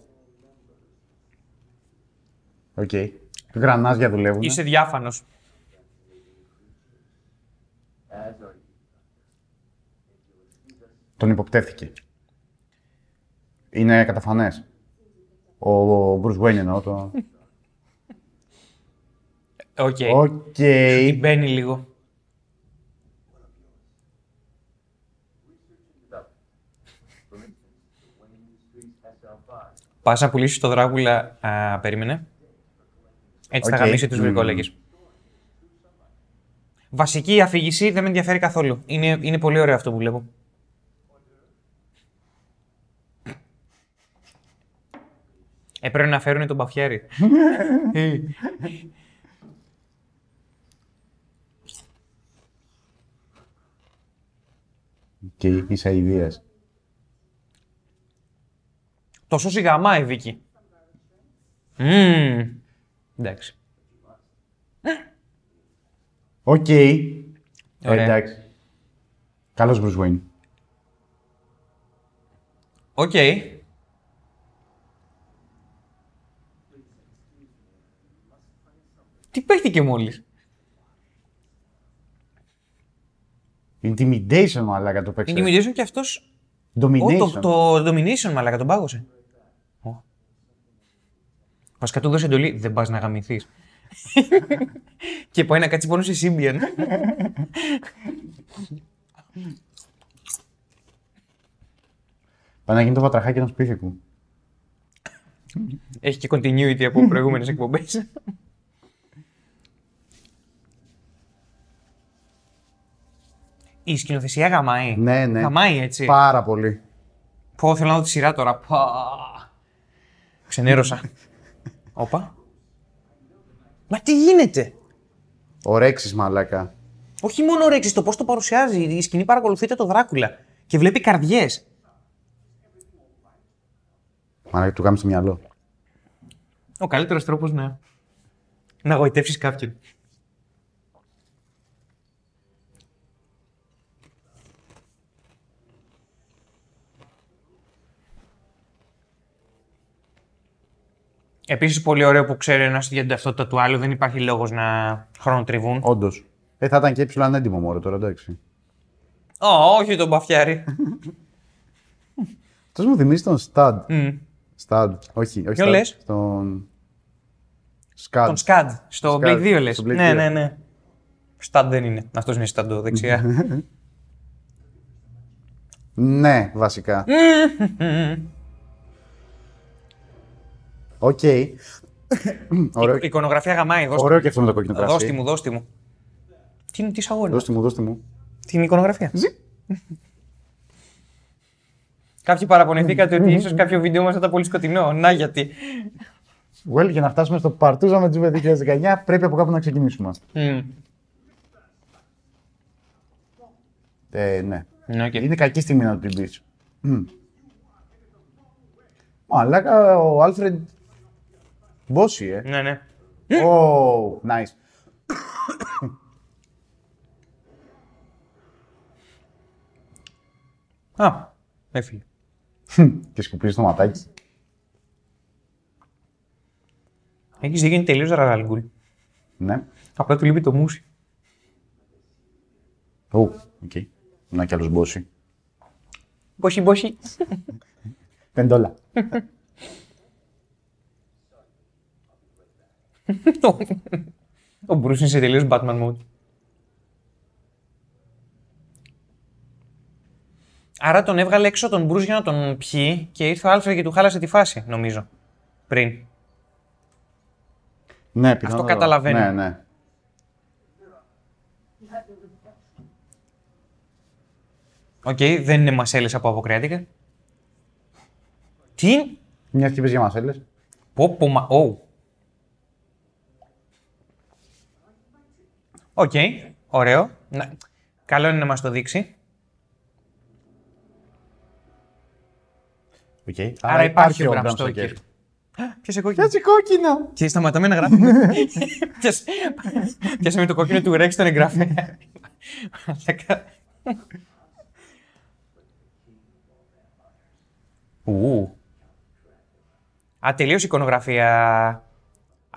Speaker 1: Οκ. Γρανάζια δουλεύουν.
Speaker 2: Είσαι διάφανος.
Speaker 1: Τον υποπτεύθηκε. Είναι καταφανές. Ο Μπρουζ Γουέιν εννοώ το.
Speaker 2: Οκ.
Speaker 1: Οκ.
Speaker 2: Την μπαίνει λίγο. Πας να πουλήσεις το δράκουλα. Α, περίμενε. Έτσι
Speaker 1: Οκ.
Speaker 2: θα γαμίσει τους
Speaker 1: Μμμ.
Speaker 2: βρικόλακε. Βασική αφήγηση δεν με ενδιαφέρει καθόλου. Είναι, είναι πολύ ωραίο αυτό που βλέπω. Ε, πρέπει να φέρουν τον Παφιέρη.
Speaker 1: Και ίσα ιδέας.
Speaker 2: Το σώσει γαμάει, Βίκυ. Μμμ. Εντάξει.
Speaker 1: Οκ. Ε,
Speaker 2: Ωραία.
Speaker 1: Εντάξει. Καλός Μπρουζ Γουέιν.
Speaker 2: Οκ. Τι παίχτηκε μόλις.
Speaker 1: Intimidation, μαλάκα το παίξες.
Speaker 2: Intimidation και αυτός... Ω,
Speaker 1: Domination.
Speaker 2: το, το domination, μαλάκα, τον πάγωσε. Ω. Βασικά του δώσε εντολή, δεν πας να γαμηθείς. και πάει να κάτσει πάνω σε Symbian.
Speaker 1: Πάει να γίνει το βατραχάκι ενός πίθηκου.
Speaker 2: Έχει και continuity από προηγούμενες εκπομπές. Η σκηνοθεσία γαμάει.
Speaker 1: Ναι, ναι.
Speaker 2: Γαμάει έτσι.
Speaker 1: Πάρα πολύ.
Speaker 2: Πω, θέλω να δω τη σειρά τώρα. Πα. Ξενέρωσα. Όπα. Μα τι γίνεται.
Speaker 1: Ορέξει, μαλάκα.
Speaker 2: Όχι μόνο ρέξει, το πώς το παρουσιάζει. Η σκηνή παρακολουθείται το Δράκουλα και βλέπει καρδιές.
Speaker 1: Μαλάκα του κάνει στο μυαλό.
Speaker 2: Ο καλύτερος τρόπος να. να αγωγητεύσει κάποιον. Επίσης, πολύ ωραίο που ξέρει ένας για την ταυτότητα του άλλου, δεν υπάρχει λόγος να χρονοτριβούν.
Speaker 1: Όντως. Ε, θα ήταν και ψηλά ανέντιμο μόρο τώρα, εντάξει.
Speaker 2: Ω, όχι τον μπαφιάρι.
Speaker 1: Αυτό μου θυμίζει τον Σταντ.
Speaker 2: Μμ.
Speaker 1: Σταντ. Όχι, όχι.
Speaker 2: Ποιο
Speaker 1: Σταντ.
Speaker 2: λες?
Speaker 1: Τον. Σκαντ.
Speaker 2: Τον Σκαντ. Στο
Speaker 1: Σκαντ,
Speaker 2: Blade 2 λες.
Speaker 1: στο Blade
Speaker 2: Ναι,
Speaker 1: 2.
Speaker 2: ναι, ναι. Σταντ δεν είναι. Αυτός είναι σταντό δεξιά.
Speaker 1: Ναι, βασικά. Οκ. Ωραίο,
Speaker 2: Η εικονογραφία γαμάει. Δώστε,
Speaker 1: ωραίο και αυτό με το κόκκινο κρασί.
Speaker 2: δώστε μου, δώστε μου. Τι είναι, τι σαγόνι.
Speaker 1: Δώστε μου, δώστε μου.
Speaker 2: Την εικονογραφία.
Speaker 1: Ζι.
Speaker 2: Κάποιοι παραπονηθήκατε ότι ίσως κάποιο βίντεο μας ήταν πολύ σκοτεινό. Να γιατί.
Speaker 1: Well, για να φτάσουμε στο παρτούζα με του 2019, πρέπει από κάπου να ξεκινήσουμε.
Speaker 2: Μμ.
Speaker 1: Ε, ναι.
Speaker 2: Ναι, οκ.
Speaker 1: Είναι κακή στιγμή να του την πεις. Μαλάκα, ο Άλφρεντ. Μπόση, ε.
Speaker 2: Ναι, ναι.
Speaker 1: Oh, nice.
Speaker 2: Α, έφυγε.
Speaker 1: Και σκουπίζεις το ματάκι.
Speaker 2: Έχεις δίκιο, είναι τελείω ραγαλγκούλ.
Speaker 1: Ναι.
Speaker 2: Απλά του λείπει το μουσι.
Speaker 1: Ω, οκ. Να κι άλλος μπόση.
Speaker 2: Μπόχι, μπόχι.
Speaker 1: Πεντόλα.
Speaker 2: Ο Μπρούς είναι σε τελείως Batman mode. Άρα τον έβγαλε έξω τον Μπρούς για να τον πιει και ήρθε ο Άλφρεντ και του χάλασε τη φάση, νομίζω. Πριν.
Speaker 1: Ναι, πιθανότατα.
Speaker 2: καταλαβαίνω.
Speaker 1: Ναι, ναι.
Speaker 2: Οκ, δεν είναι μασέλες από αποκριάτικα. Τι.
Speaker 1: Μιας και είπες για μασέλες.
Speaker 2: Πω, πω, μα... Ω. Οκ, ωραίο. Να... Καλό είναι να μας το δείξει.
Speaker 1: Okay.
Speaker 2: Άρα υπάρχει ο Bram Stoker. Ποιος κόκκινο.
Speaker 1: Έτσι κόκκινα.
Speaker 2: Και σταματάμε να γράφουμε. Πιάσε- Πιάσαμε το κόκκινο του Ρέξ τον εγγραφέα. Μαλάκα. Ου. Α, τελείως η εικονογραφία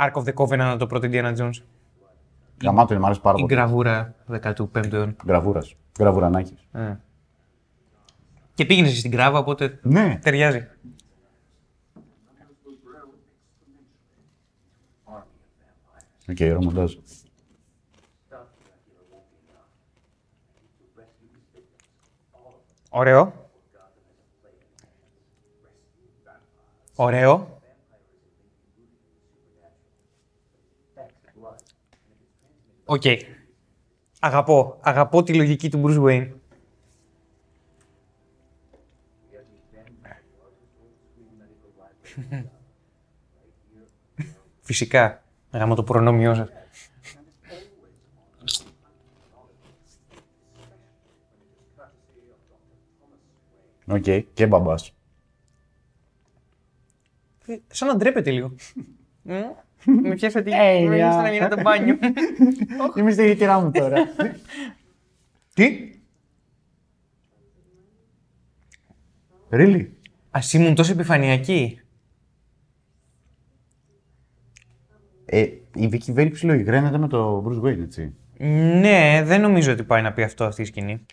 Speaker 2: Ark of the Covenant από το πρώτο Indiana Jones.
Speaker 1: Γαμάτο είναι, μ' αρέσει πάρα
Speaker 2: Η
Speaker 1: πολύ.
Speaker 2: γραβούρα 15ου αιώνα.
Speaker 1: Γραβούρας. Γραβουρανάκης.
Speaker 2: Ε. Και πήγαινες στην κράβα, οπότε
Speaker 1: Ναι.
Speaker 2: ταιριάζει.
Speaker 1: Οκ, ωραίο μοντάζ.
Speaker 2: Ωραίο. Ωραίο. Οκ. Αγαπώ. Αγαπώ τη λογική του Bruce Wayne. Φυσικά. Γάμω το προνόμιό σας.
Speaker 1: Οκ, και μπαμπάς.
Speaker 2: Ε, Σαν να ντρέπεται λίγο. Μμ. Ε, Με πιάσε ότι με ήρθες να γίνει το μπάνιο.
Speaker 1: Είμαι στη γητηρά μου τώρα.
Speaker 2: Τι?
Speaker 1: Really.
Speaker 2: Ας ήμουν τόσο επιφανειακή.
Speaker 1: Ε, η Vicky Vale ψιλοϊγραίνεται με το Bruce Wayne, έτσι.
Speaker 2: Ναι, δεν νομίζω ότι πάει να πει αυτό αυτή η σκηνή.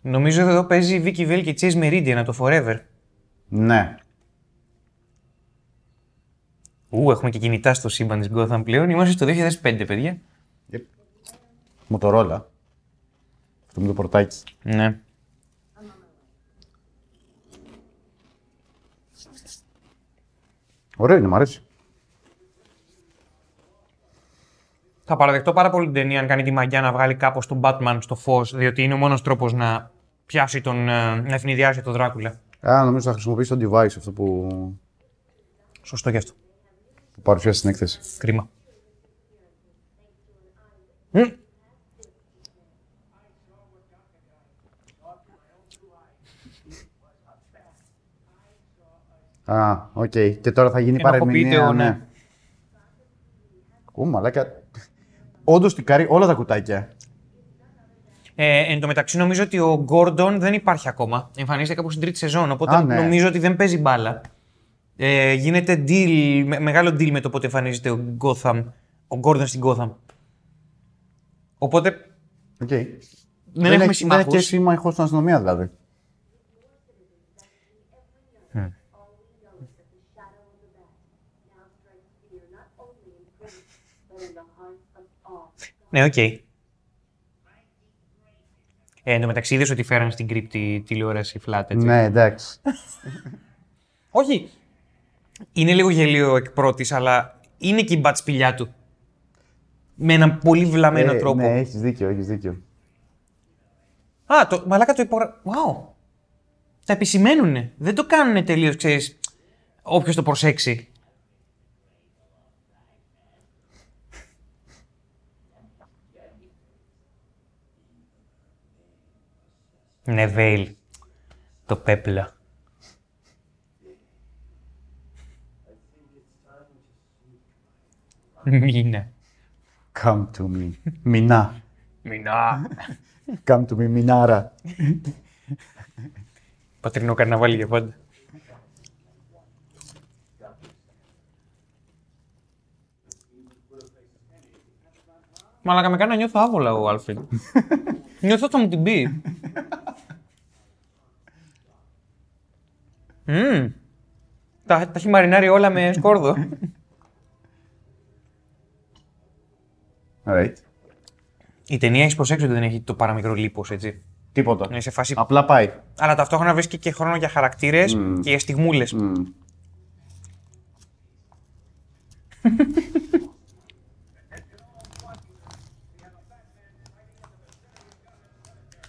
Speaker 2: Νομίζω εδώ παίζει η Vicky Vale και Chase Meridian από το Forever.
Speaker 1: Ναι.
Speaker 2: Ου, έχουμε και κινητά στο σύμπαν της Gotham πλέον. Είμαστε στο 2005, παιδιά.
Speaker 1: Yep. Μοτορόλα. Αυτό με το πορτάκι.
Speaker 2: Ναι.
Speaker 1: Ωραίο είναι, μου αρέσει.
Speaker 2: Θα παραδεχτώ πάρα πολύ την ταινία αν κάνει τη μαγιά να βγάλει κάπως τον Batman στο φως, διότι είναι ο μόνος τρόπος να πιάσει τον. ε, να ευνηδιάσει τον Δράκουλα.
Speaker 1: Α, νομίζω θα χρησιμοποιήσει το device αυτό που,
Speaker 2: Σωστό και αυτό.
Speaker 1: που παρουσιάζει στην έκθεση.
Speaker 2: Κρίμα.
Speaker 1: Α, οκ. Και τώρα θα γίνει
Speaker 2: Ενοχοποιείται
Speaker 1: παρεμηνία.
Speaker 2: ο,
Speaker 1: Ναι.
Speaker 2: ναι.
Speaker 1: Ου, μαλάκα. Όντως τικάρει όλα τα κουτάκια.
Speaker 2: Ε, εν τω μεταξύ, νομίζω ότι ο Γκόρντον δεν υπάρχει ακόμα. Εμφανίζεται κάπου στην τρίτη σεζόν. Οπότε
Speaker 1: Α, ναι.
Speaker 2: νομίζω ότι δεν παίζει μπάλα. Ε, γίνεται deal, με- μεγάλο deal με το πότε εμφανίζεται ο Gotham, ο Γκόρντον στην Gotham. Οπότε
Speaker 1: Οκ.
Speaker 2: δεν, έχουμε
Speaker 1: έχει- δεν έχει και
Speaker 2: συμμάχους.
Speaker 1: σύμμαχο στην αστυνομία δηλαδή.
Speaker 2: Ναι, οκ. Ε, εν τω μεταξύ, είδες ότι φέραν στην κρύπτη τηλεόραση flat, έτσι.
Speaker 1: Ναι, εντάξει.
Speaker 2: Όχι. Είναι λίγο γελίο εκ πρώτης, αλλά είναι και η μπατσπηλιά του. Με έναν πολύ βλαμμένο
Speaker 1: Ε,
Speaker 2: τρόπο.
Speaker 1: Ναι, έχεις δίκιο, έχεις δίκιο.
Speaker 2: Α, το, μαλάκα το υπογράφει. Wow. Τα επισημαίνουνε. Δεν το κάνουνε τελείως, ξέρεις. Όποιος το προσέξει. Νεβέιλ. Ναι, Το πέπλα. Μίνα.
Speaker 1: Come to me. Μινά.
Speaker 2: Μίνα.
Speaker 1: Come to me, Μινάρα.
Speaker 2: Πατρινό καρναβάλι για πάντα. Μαλάκα με κάνει να νιώθω άβολα ο Άλφρεντ. νιώθω ότι θα μου την πει. Μμμ. Τα, τα έχει μαρινάρει όλα με σκόρδο.
Speaker 1: Alright.
Speaker 2: Η ταινία έχεις προσέξει ότι δεν έχει το παραμικρό λίπος, έτσι.
Speaker 1: Τίποτα.
Speaker 2: Είναι σε φάση.
Speaker 1: Απλά πάει.
Speaker 2: Αλλά ταυτόχρονα βρίσκει και χρόνο για χαρακτήρες και για στιγμούλες.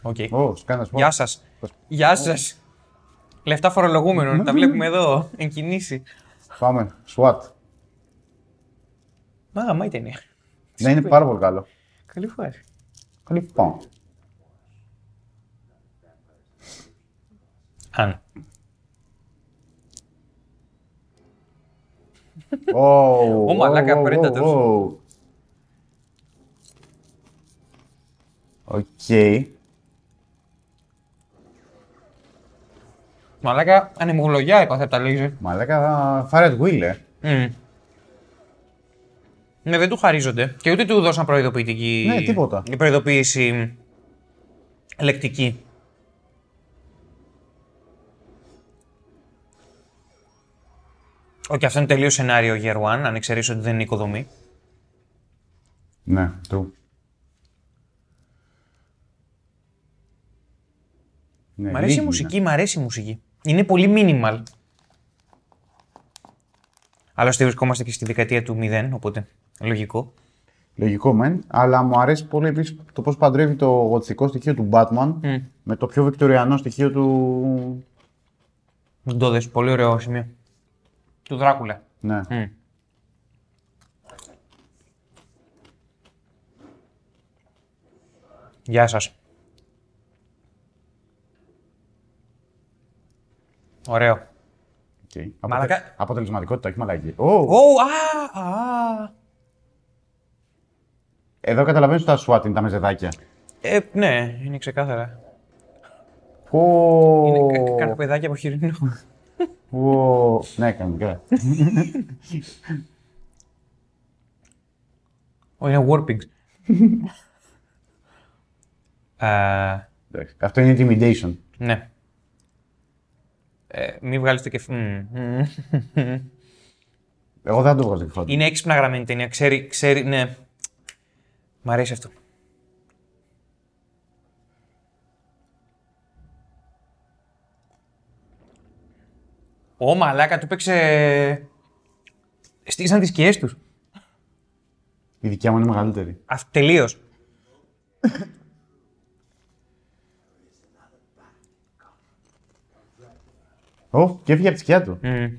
Speaker 2: Οκ.
Speaker 1: Ω, σκάνα
Speaker 2: Γεια σας. Γεια σας. Λεφτά φορολογούμενων. τα βλέπουμε εδώ. Εν κινήσει.
Speaker 1: Πάμε. SWAT.
Speaker 2: Μα η ταινία.
Speaker 1: Ναι, είναι πάρα πολύ καλό.
Speaker 2: Καλή φάση.
Speaker 1: Λοιπόν.
Speaker 2: Αν.
Speaker 1: Ω,
Speaker 2: μαλάκα,
Speaker 1: ω, ω,
Speaker 2: Predators.
Speaker 1: ω, ω. Οκ.
Speaker 2: Μαλάκα ανεμογλωγιά έπαθε από τα λέιζερ.
Speaker 1: Μαλάκα, Φάρετ Will, ε.
Speaker 2: Μμμ. Ναι, δεν του χαρίζονται και ούτε του δώσαν προειδοποιητική.
Speaker 1: Ναι, τίποτα.
Speaker 2: Η προειδοποίηση λεκτική. Όχι, αυτό είναι τελείως σενάριο year one, αν εξαιρέσει ότι δεν είναι οικοδομή.
Speaker 1: Ναι, true. Ναι,
Speaker 2: Μ' αρέσει η
Speaker 1: λίγη
Speaker 2: μουσική, μ' αρέσει η μουσική. Είναι πολύ minimal. Άλλωστε βρισκόμαστε και στη δεκαετία του 0, οπότε λογικό.
Speaker 1: είναι. ναι. Λογικό μεν, αλλά μου αρέσει πολύ επίσης το πώς παντρεύει το γοτθικό στοιχείο του Batman
Speaker 2: Μμ.
Speaker 1: με το πιο βικτωριανό στοιχείο του.
Speaker 2: Ντόδες, πολύ ωραίο σημείο. Του Δράκουλα.
Speaker 1: Ναι.
Speaker 2: Μμ. Γεια σας. Ωραίο.
Speaker 1: οκ. Αποτε-
Speaker 2: Μαλάκα.
Speaker 1: Αποτελεσματικότητα, όχι μαλακή.
Speaker 2: Ω, α, α.
Speaker 1: Εδώ καταλαβαίνεις ότι τα SWAT είναι τα μεζεδάκια.
Speaker 2: Ε, ναι, είναι ξεκάθαρα.
Speaker 1: Ω,
Speaker 2: Είναι κα- Κάνω παιδάκι από χοιρινό.
Speaker 1: ω. Ναι, κανονικά.
Speaker 2: Ω, είναι Warpings. Ε,
Speaker 1: Εντάξει, Αυτό είναι intimidation.
Speaker 2: ναι. Ε, μη βγάλεις το κεφάλι.
Speaker 1: Εγώ δεν θα το βγάζω αυτό.
Speaker 2: Είναι έξυπνα γραμμένη η ταινία. Ξέρει, ξέρει, ναι. Μ' αρέσει αυτό. Ω, μαλάκα, του παίξε... Στήσαν τις σκιές τους.
Speaker 1: Η δικιά μου είναι μεγαλύτερη.
Speaker 2: Αυτ, τελείως.
Speaker 1: Ω, και έφυγε από τη σκιά του.
Speaker 2: Μμμ.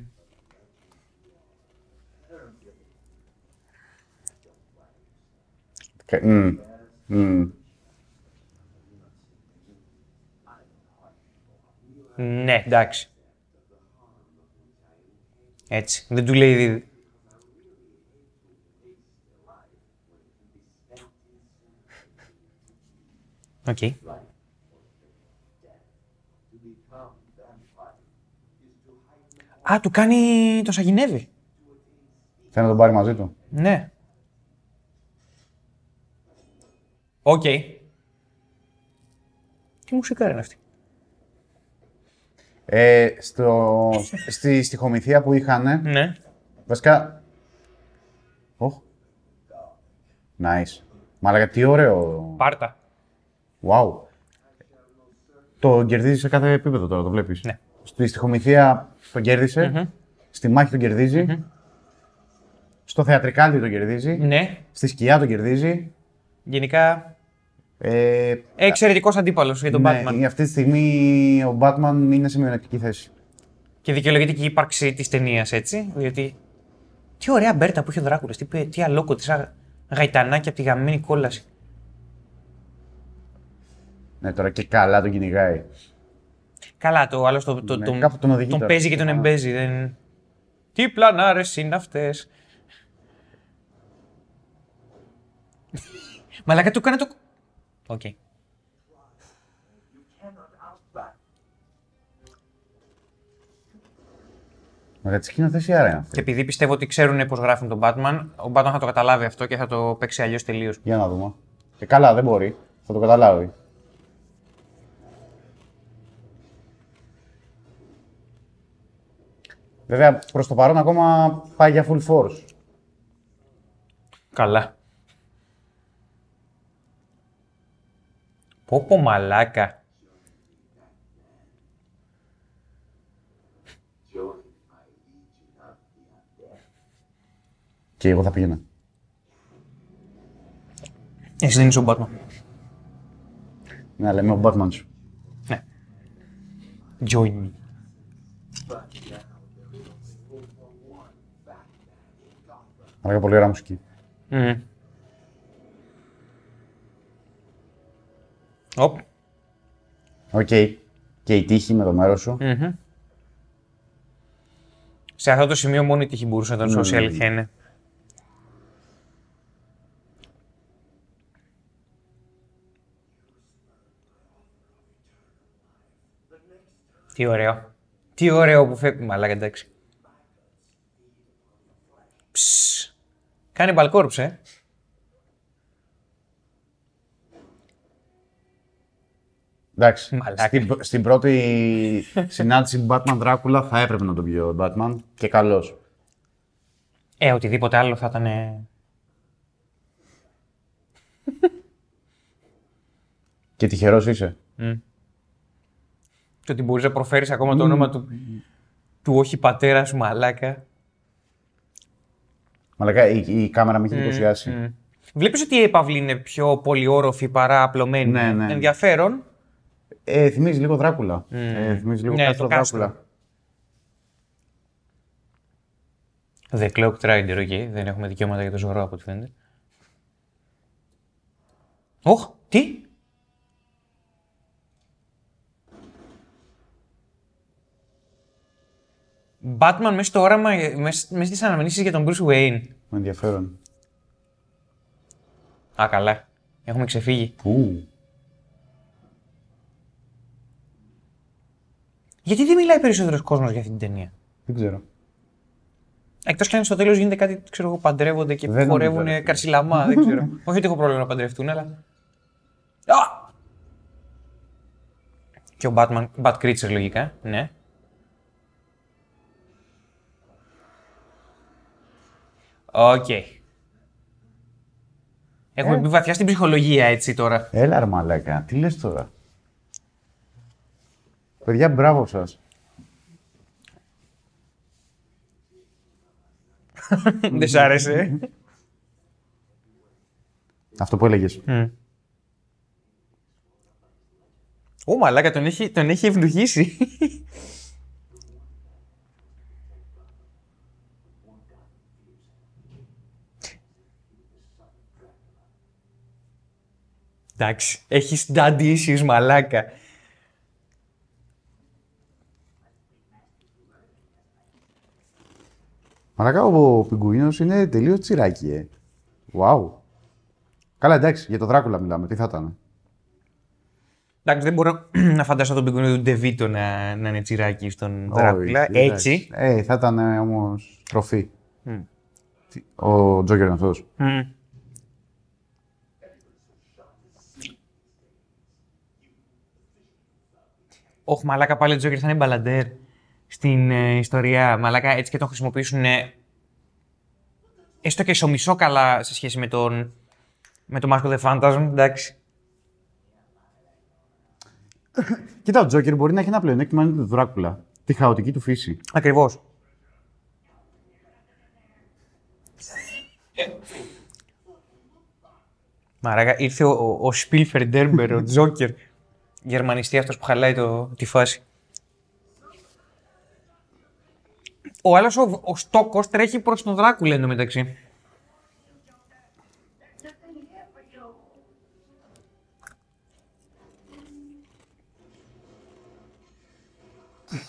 Speaker 1: Κα- μμ, μμ.
Speaker 2: Ναι, εντάξει. Έτσι. Δεν του λέει δίδυ. Οκ. Α, του κάνει... τον σαγηνεύει.
Speaker 1: Θέλει να τον πάρει μαζί του.
Speaker 2: Ναι. Οκ. Τι μουσικά είναι αυτή.
Speaker 1: Ε, στο, στη, στη χομηθεία που είχανε,
Speaker 2: Ναι.
Speaker 1: Βασικά. Οχ. Nice. Μαλάκα, τι ωραίο.
Speaker 2: Πάρτα.
Speaker 1: Wow. Το κερδίζεις σε κάθε επίπεδο τώρα, το βλέπεις.
Speaker 2: Ναι.
Speaker 1: Στη στοιχομηθεία τον κερδισε Στη μάχη τον κερδιζει Στο θεατρικάλι τον κερδιζει
Speaker 2: Ναι.
Speaker 1: Στη σκιά τον κερδίζει.
Speaker 2: Γενικά
Speaker 1: Ε,
Speaker 2: Εξαιρετικός αντίπαλος για τον
Speaker 1: ναι,
Speaker 2: Batman.
Speaker 1: αυτή τη στιγμή ο Batman είναι σε μειονεκτική θέση.
Speaker 2: Και δικαιολογείται και η ύπαρξη της ταινίας, έτσι. Διότι. Τι ωραία μπέρτα που είχε ο Δράκουλας. Τι, πε- τι αλόκοτη, σαν γαϊτανάκι από τη γαμμένη κόλαση.
Speaker 1: Ναι, τώρα και καλά τον κυνηγάει.
Speaker 2: Καλά, το άλλο το, το,
Speaker 1: Ναι,
Speaker 2: τον,
Speaker 1: κάπου τον οδηγεί τώρα.
Speaker 2: παίζει και τον
Speaker 1: Α.
Speaker 2: εμπέζει. Δεν... Τι πλανάρες είναι αυτές. Μαλάκα του έκανε το. Οκ.
Speaker 1: Μαλάκα, τη σκηνοθεσία ρε.
Speaker 2: Και επειδή πιστεύω ότι ξέρουν πώς γράφουν τον Batman, ο Batman θα το καταλάβει αυτό και θα το παίξει αλλιώς τελείως.
Speaker 1: Για να δούμε. Και καλά, δεν μπορεί. Θα το καταλάβει. Βέβαια, προς το παρόν ακόμα πάει για full force.
Speaker 2: Καλά. Πω πω μαλάκα.
Speaker 1: Και εγώ θα πήγαινα.
Speaker 2: Εσύ δεν είσαι ο Batman.
Speaker 1: Ναι, λέμε ο Batman σου.
Speaker 2: Ναι. Join me.
Speaker 1: Αλλά πολύ ωραία μουσική.
Speaker 2: Mm. Οπ.
Speaker 1: Οκ. Και η τύχη με το μέρος σου.
Speaker 2: Σε αυτό το σημείο μόνο η τύχη μπορούσε να τον σώσει, η αλήθεια είναι. Τι ωραίο. Τι ωραίο που φεύγει. Μαλάκα, εντάξει. Ψ. Κάνει μπαλκόρψε. ε.
Speaker 1: Εντάξει.
Speaker 2: Μαλάκα.
Speaker 1: Στην, στην πρώτη συνάντηση Batman Dracula θα έπρεπε να τον πει ο Batman. Και καλός.
Speaker 2: Ε, οτιδήποτε άλλο θα ήταν. ε,
Speaker 1: Και τυχερός είσαι.
Speaker 2: Το ότι μπορείς να προφέρεις ακόμα το όνομα του, του όχι πατέρα σου, μαλάκα.
Speaker 1: Μαλακά, η, η κάμερα
Speaker 2: Mm,
Speaker 1: με έχει εντυπωσιάσει.
Speaker 2: Βλέπεις ότι η έπαυλη είναι πιο πολυόροφη παρά απλωμένη.
Speaker 1: Ναι, ναι.
Speaker 2: Ενδιαφέρον.
Speaker 1: Ε, θυμίζει λίγο Δράκουλα. Ε, θυμίζει λίγο
Speaker 2: Ναι,
Speaker 1: κάστρο
Speaker 2: το κάστρο.
Speaker 1: Δράκουλα.
Speaker 2: The Clock Rider, οκ. Δεν έχουμε δικαιώματα για το ζωρό από ό,τι φαίνεται. Οχ, τι. Batman μέσα στο όραμα, μέσα μέσα στις αναμνήσεις για τον Bruce Wayne.
Speaker 1: Με ενδιαφέρον.
Speaker 2: Α, καλά. Έχουμε ξεφύγει.
Speaker 1: Πού.
Speaker 2: Γιατί δεν μιλάει περισσότερος κόσμος για αυτή την ταινία.
Speaker 1: Δεν ξέρω.
Speaker 2: Εκτός και αν στο τέλος γίνεται κάτι, ξέρω εγώ, παντρεύονται και
Speaker 1: Δεν νομίζω, ρε
Speaker 2: χορεύουν
Speaker 1: φίλε.
Speaker 2: καρσιλαμά. δεν ξέρω. Όχι ότι έχω πρόβλημα να παντρευτούν, αλλά. Α! Και ο Batman, Bat Creature λογικά, ναι. Οκ.
Speaker 1: Ε.
Speaker 2: Έχουμε μπει βαθιά στην ψυχολογία έτσι τώρα.
Speaker 1: Έλα, ρε μαλάκα. Τι λες τώρα. Παιδιά, μπράβο σας.
Speaker 2: Δεν σ' άρεσε.
Speaker 1: Αυτό που έλεγες.
Speaker 2: Mm. Ω, μαλάκα, τον έχει, τον έχει ευλογήσει. Εντάξει, έχεις daddy issues, μαλάκα.
Speaker 1: Μαλάκα, ο πιγκουίνος είναι τελείως τσιράκι, ε. Wow. Καλά, εντάξει, για τον Δράκουλα μιλάμε. Τι θα ήταν.
Speaker 2: Εντάξει, δεν μπορώ να φανταστώ τον πιγκούνι του Ντεβίτο να, να είναι τσιράκι στον Δράκουλα.
Speaker 1: Όχι, εντάξει.
Speaker 2: Έτσι.
Speaker 1: Ε, θα ήταν όμως τροφή. Τι- Ο Τζόκερ είναι αυτός.
Speaker 2: Μμ. Όχι, μαλάκα πάλι ο Τζόκερ θα είναι μπαλαντέρ στην ε, ιστορία. Μαλάκα έτσι και τον χρησιμοποιήσουν ε, έστω και στο μισό καλά σε σχέση με τον, με τον Μάρκο Δε Φάντασμ, εντάξει.
Speaker 1: Κοίτα, ο Τζόκερ μπορεί να έχει ένα πλεονέκτημα είναι του Δράκουλα. Τη χαοτική του φύση.
Speaker 2: Ακριβώς. Μαράκα, ήρθε ο, ο, ο Σπίλφερ Ντέρμπερ, ο Τζόκερ. Γερμανιστή αυτός που χαλάει το, τη φάση. Ο άλλος, ο, ο Στόκος, τρέχει προς τον Δράκουλα εντωμεταξύ.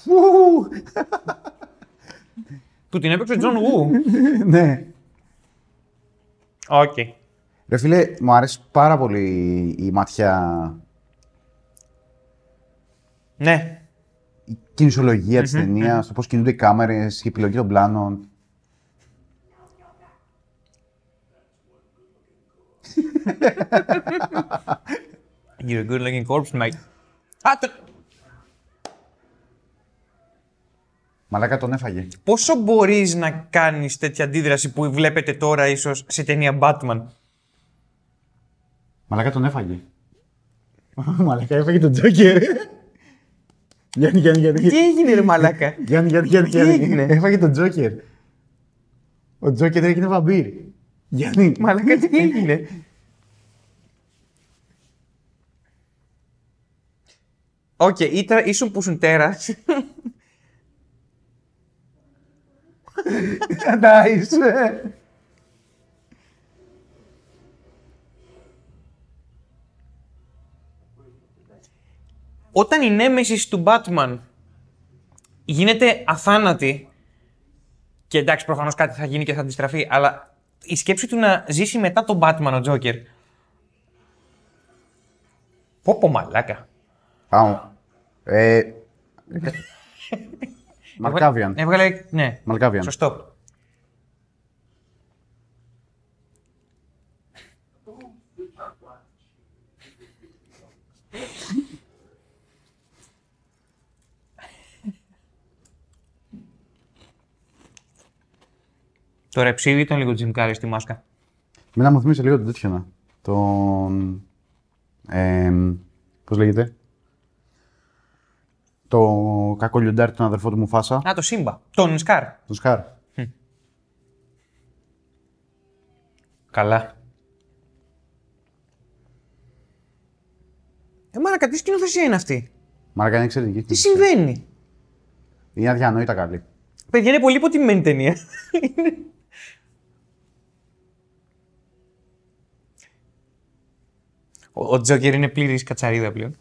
Speaker 1: Ου,
Speaker 2: Του την έπαιξε ο Τζον Γου.
Speaker 1: ναι.
Speaker 2: Οκ.
Speaker 1: Ρε φίλε, μου αρέσει πάρα πολύ η ματιά,
Speaker 2: Ναι.
Speaker 1: η κινησιολογία της ταινίας, το πώς κινούνται οι κάμερες, η επιλογή των πλάνων.
Speaker 2: You're a good looking corpse, mate. Α, το...
Speaker 1: Μαλάκα τον έφαγε.
Speaker 2: Πόσο μπορείς να κάνεις τέτοια αντίδραση που βλέπετε τώρα ίσως σε ταινία Batman.
Speaker 1: Μαλάκα τον έφαγε. Μαλάκα έφαγε τον Τζόκερ. Γιάννη, Γιάννη, Γιάννη.
Speaker 2: Τι έγινε ρε μαλάκα.
Speaker 1: Γιάννη, Γιάννη, Γιάννη,
Speaker 2: Τι
Speaker 1: Γιάννη.
Speaker 2: έγινε?
Speaker 1: Έφαγε τον Τζόκερ. Ο Τζόκερ έγινε βαμπύρ. Γιάννη.
Speaker 2: μαλάκα τι έγινε. Οκ, ήτρα, ήσουν που ήσουν τέρας.
Speaker 1: Nice.
Speaker 2: Όταν η νέμεσης του Batman γίνεται αθάνατη, και εντάξει προφανώς κάτι θα γίνει και θα αντιστραφεί, αλλά η σκέψη του να ζήσει μετά τον Batman ο Τζόκερ. Πω πω μαλάκα.
Speaker 1: Πάω. Ε, Μαλκάβιαν.
Speaker 2: Έβγαλε, ναι.
Speaker 1: Μαλκάβιαν.
Speaker 2: Σωστό. Το ρεψίδι ήταν λίγο τζιμκάρι στη μάσκα.
Speaker 1: Μένα μου θυμίζει λίγο τον τέτοιο να. Τον. Ε, Πώς λέγεται. Το κακό λιοντάρι, τον αδερφό του Μουφάσα.
Speaker 2: Α, το Σύμπα. Τον Σκάρ.
Speaker 1: Τον Σκάρ.
Speaker 2: Καλά. Ε, μάρακα, τι σκηνοθεσία είναι αυτή.
Speaker 1: Μαρακα είναι εξαιρετική.
Speaker 2: Τι συμβαίνει.
Speaker 1: Είναι αδιανόητα καλή.
Speaker 2: Παιδιά, είναι πολύ υποτιμημένη ταινία. ο, ο Τζόκερ είναι πλήρης κατσαρίδα πλέον.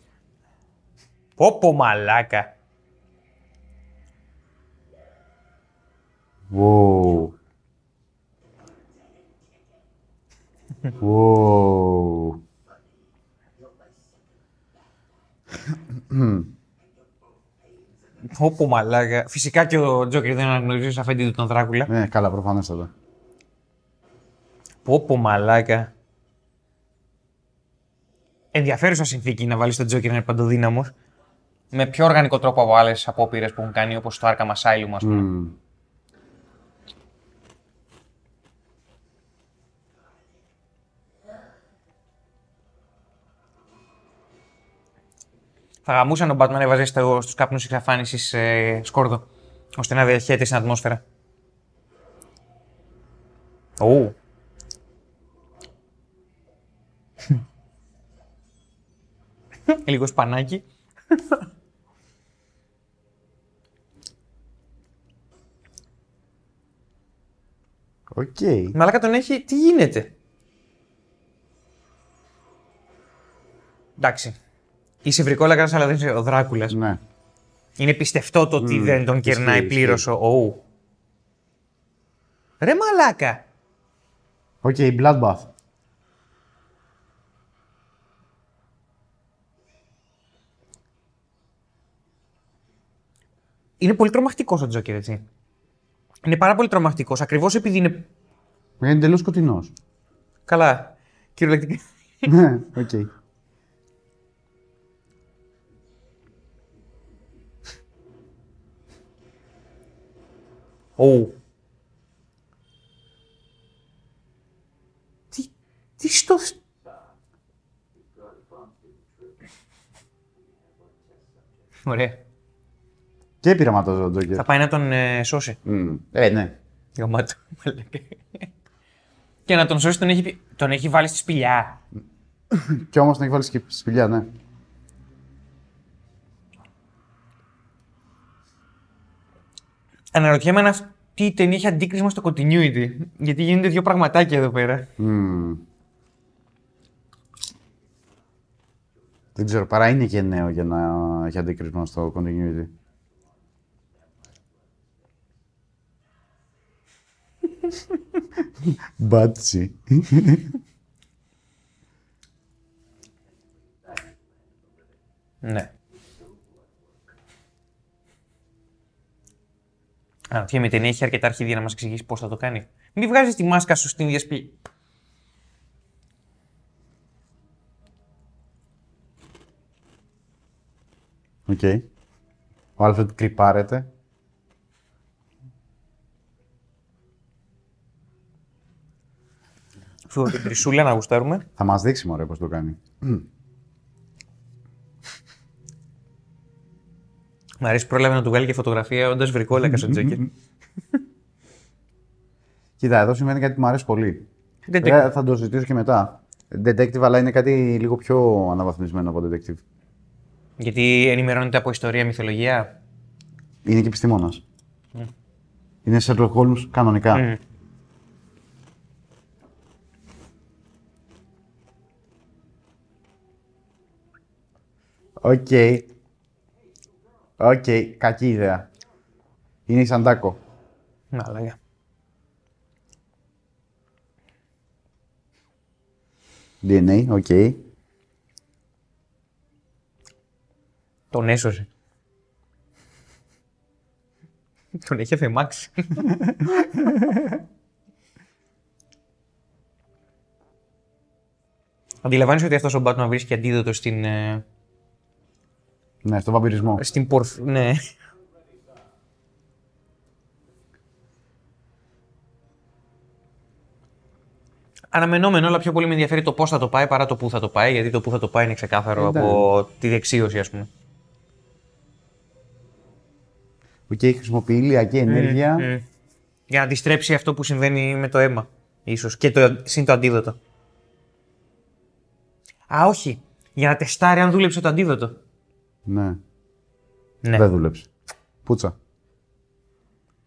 Speaker 2: Πόπο μαλάκα.
Speaker 1: Wow. wow.
Speaker 2: Πόπο μαλάκα. Φυσικά και ο Τζόκερ δεν αναγνωρίζει ως αφέντη του τον Δράκουλα.
Speaker 1: Ναι, καλά, προφανέστατα.
Speaker 2: Πόπο μαλάκα. Ενδιαφέρουσα συνθήκη να βάλεις τον Τζόκερ να είναι παντοδύναμος. Με πιο οργανικό τρόπο από άλλες απόπειρες που έχουν κάνει, όπως το Arkham Asylum, ας πούμε.
Speaker 1: Μμμ.
Speaker 2: Θα γαμούσαν τον Batman να έβαζε στο, στους κάπνους εξαφάνισης ε, σκόρδο, ώστε να διαχέεται στην ατμόσφαιρα. Ου. Λίγο σπανάκι.
Speaker 1: Οκ.
Speaker 2: Μαλάκα τον έχει. Τι γίνεται. Εντάξει. Είσαι βρικόλακα, αλλά δεν είσαι ο Δράκουλας.
Speaker 1: Ναι.
Speaker 2: Είναι πιστευτό το ότι
Speaker 1: Μμμ,
Speaker 2: δεν τον
Speaker 1: ισχύει,
Speaker 2: κερνάει
Speaker 1: ισχύει.
Speaker 2: πλήρως ο Ου. Ρε μαλάκα.
Speaker 1: Οκ, Bloodbath.
Speaker 2: Είναι πολύ τρομακτικός ο Τζόκερ, έτσι. Είναι πάρα πολύ τρομακτικός. Ακριβώς επειδή είναι.
Speaker 1: Είναι εντελώς σκοτεινός.
Speaker 2: Καλά. Κυριολεκτικά.
Speaker 1: Ναι, οκ.
Speaker 2: Ου. Τι, τι στο... Ωραία.
Speaker 1: Και πειραματόζω ο Τζόκερ.
Speaker 2: Θα πάει να τον ε, σώσει.
Speaker 1: Μμμ. Ε, ναι.
Speaker 2: Γαμάτο. μαλάκα. και να τον σώσει τον έχει, πει- τον έχει βάλει στη σπηλιά.
Speaker 1: Κι όμως να έχει βάλει και σπηλιά, ναι.
Speaker 2: Αναρωτιέμαι αν αυτή η ταινία έχει αντίκρισμα στο continuity. Γιατί γίνονται δύο πραγματάκια εδώ πέρα.
Speaker 1: Μμμ. Δεν ξέρω, παρά είναι και νέο για να έχει αντίκρισμα στο continuity. Μπάτσι.
Speaker 2: Ναι. Αναρωτιέμαι, η ταινία έχει αρκετά αρχίδια να μας εξηγήσει πώς θα το κάνει. Μην βγάζεις τη μάσκα σου στην ίδια σπηλιά.
Speaker 1: Οκ. Ο Άλφρεντ κρυπάρεται.
Speaker 2: Φύγω την τρισούλα να γουστάρουμε.
Speaker 1: Θα μας δείξει μωρέ πώς το κάνει.
Speaker 2: Μ' αρέσει πρόλαβε να του βγάλει και φωτογραφία όντας βρικόλακα ο Τζέκερ.
Speaker 1: Κοίτα, εδώ συμβαίνει κάτι που μου αρέσει πολύ.
Speaker 2: Detective.
Speaker 1: Βέβαια, θα το ζητήσω και μετά. Detective, αλλά είναι κάτι λίγο πιο αναβαθμισμένο από detective.
Speaker 2: Γιατί ενημερώνεται από ιστορία, μυθολογία.
Speaker 1: Είναι και επιστήμονας. Είναι Sherlock Holmes κανονικά.
Speaker 2: Μμμ.
Speaker 1: Οκ. Οκ, κακή ιδέα. Είναι η Σαντάκο.
Speaker 2: Να λέγα.
Speaker 1: DNA, οκ.
Speaker 2: Τον έσωσε. Τον έχει αφαιμάξει. Αντιλαμβάνεσαι ότι αυτός ο Batman βρίσκει αντίδοτο στην, ε,
Speaker 1: Ναι, στο βαμπυρισμό.
Speaker 2: στην πορφ... Ναι. Αναμενόμενο, αλλά πιο πολύ με ενδιαφέρει το πώς θα το πάει παρά το πού θα το πάει, γιατί το πού θα το πάει είναι ξεκάθαρο
Speaker 1: Εντάξει.
Speaker 2: από τη δεξίωση, ας πούμε.
Speaker 1: Οκ, χρησιμοποιεί ηλιακή ενέργεια.
Speaker 2: Μμμ. Για να αντιστρέψει αυτό που συμβαίνει με το αίμα, ίσως, και το, συν το αντίδοτο. Α, όχι. Για να τεστάρει αν δούλεψε το αντίδοτο.
Speaker 1: Ναι.
Speaker 2: Ναι.
Speaker 1: Δεν δούλεψε. Πούτσα.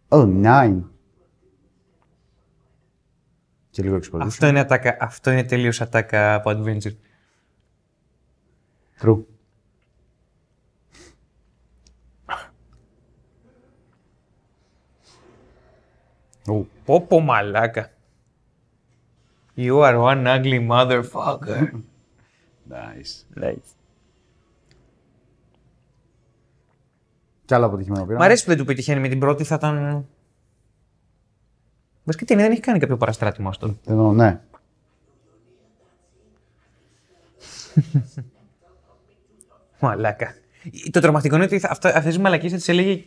Speaker 1: Oh, nine. Και λίγο exposition.
Speaker 2: Αυτό είναι, ατάκα, αυτό είναι τελείως ατάκα από Adventure.
Speaker 1: True. Ου,
Speaker 2: Πω πω μαλάκα. You are one ugly motherfucker.
Speaker 1: nice.
Speaker 2: nice.
Speaker 1: Κι άλλα αποτυχημένα πήρα.
Speaker 2: Μ' αρέσει που δεν του πετυχαίνει με την πρώτη, θα ήταν... Βασικά η ταινία δεν έχει κάνει κάποιο παραστράτημα στον.
Speaker 1: Εδώ, ναι.
Speaker 2: Μαλάκα. Το τρομακτικό είναι ότι θα- αυτά, αυτές οι μαλακίες θα τις έλεγε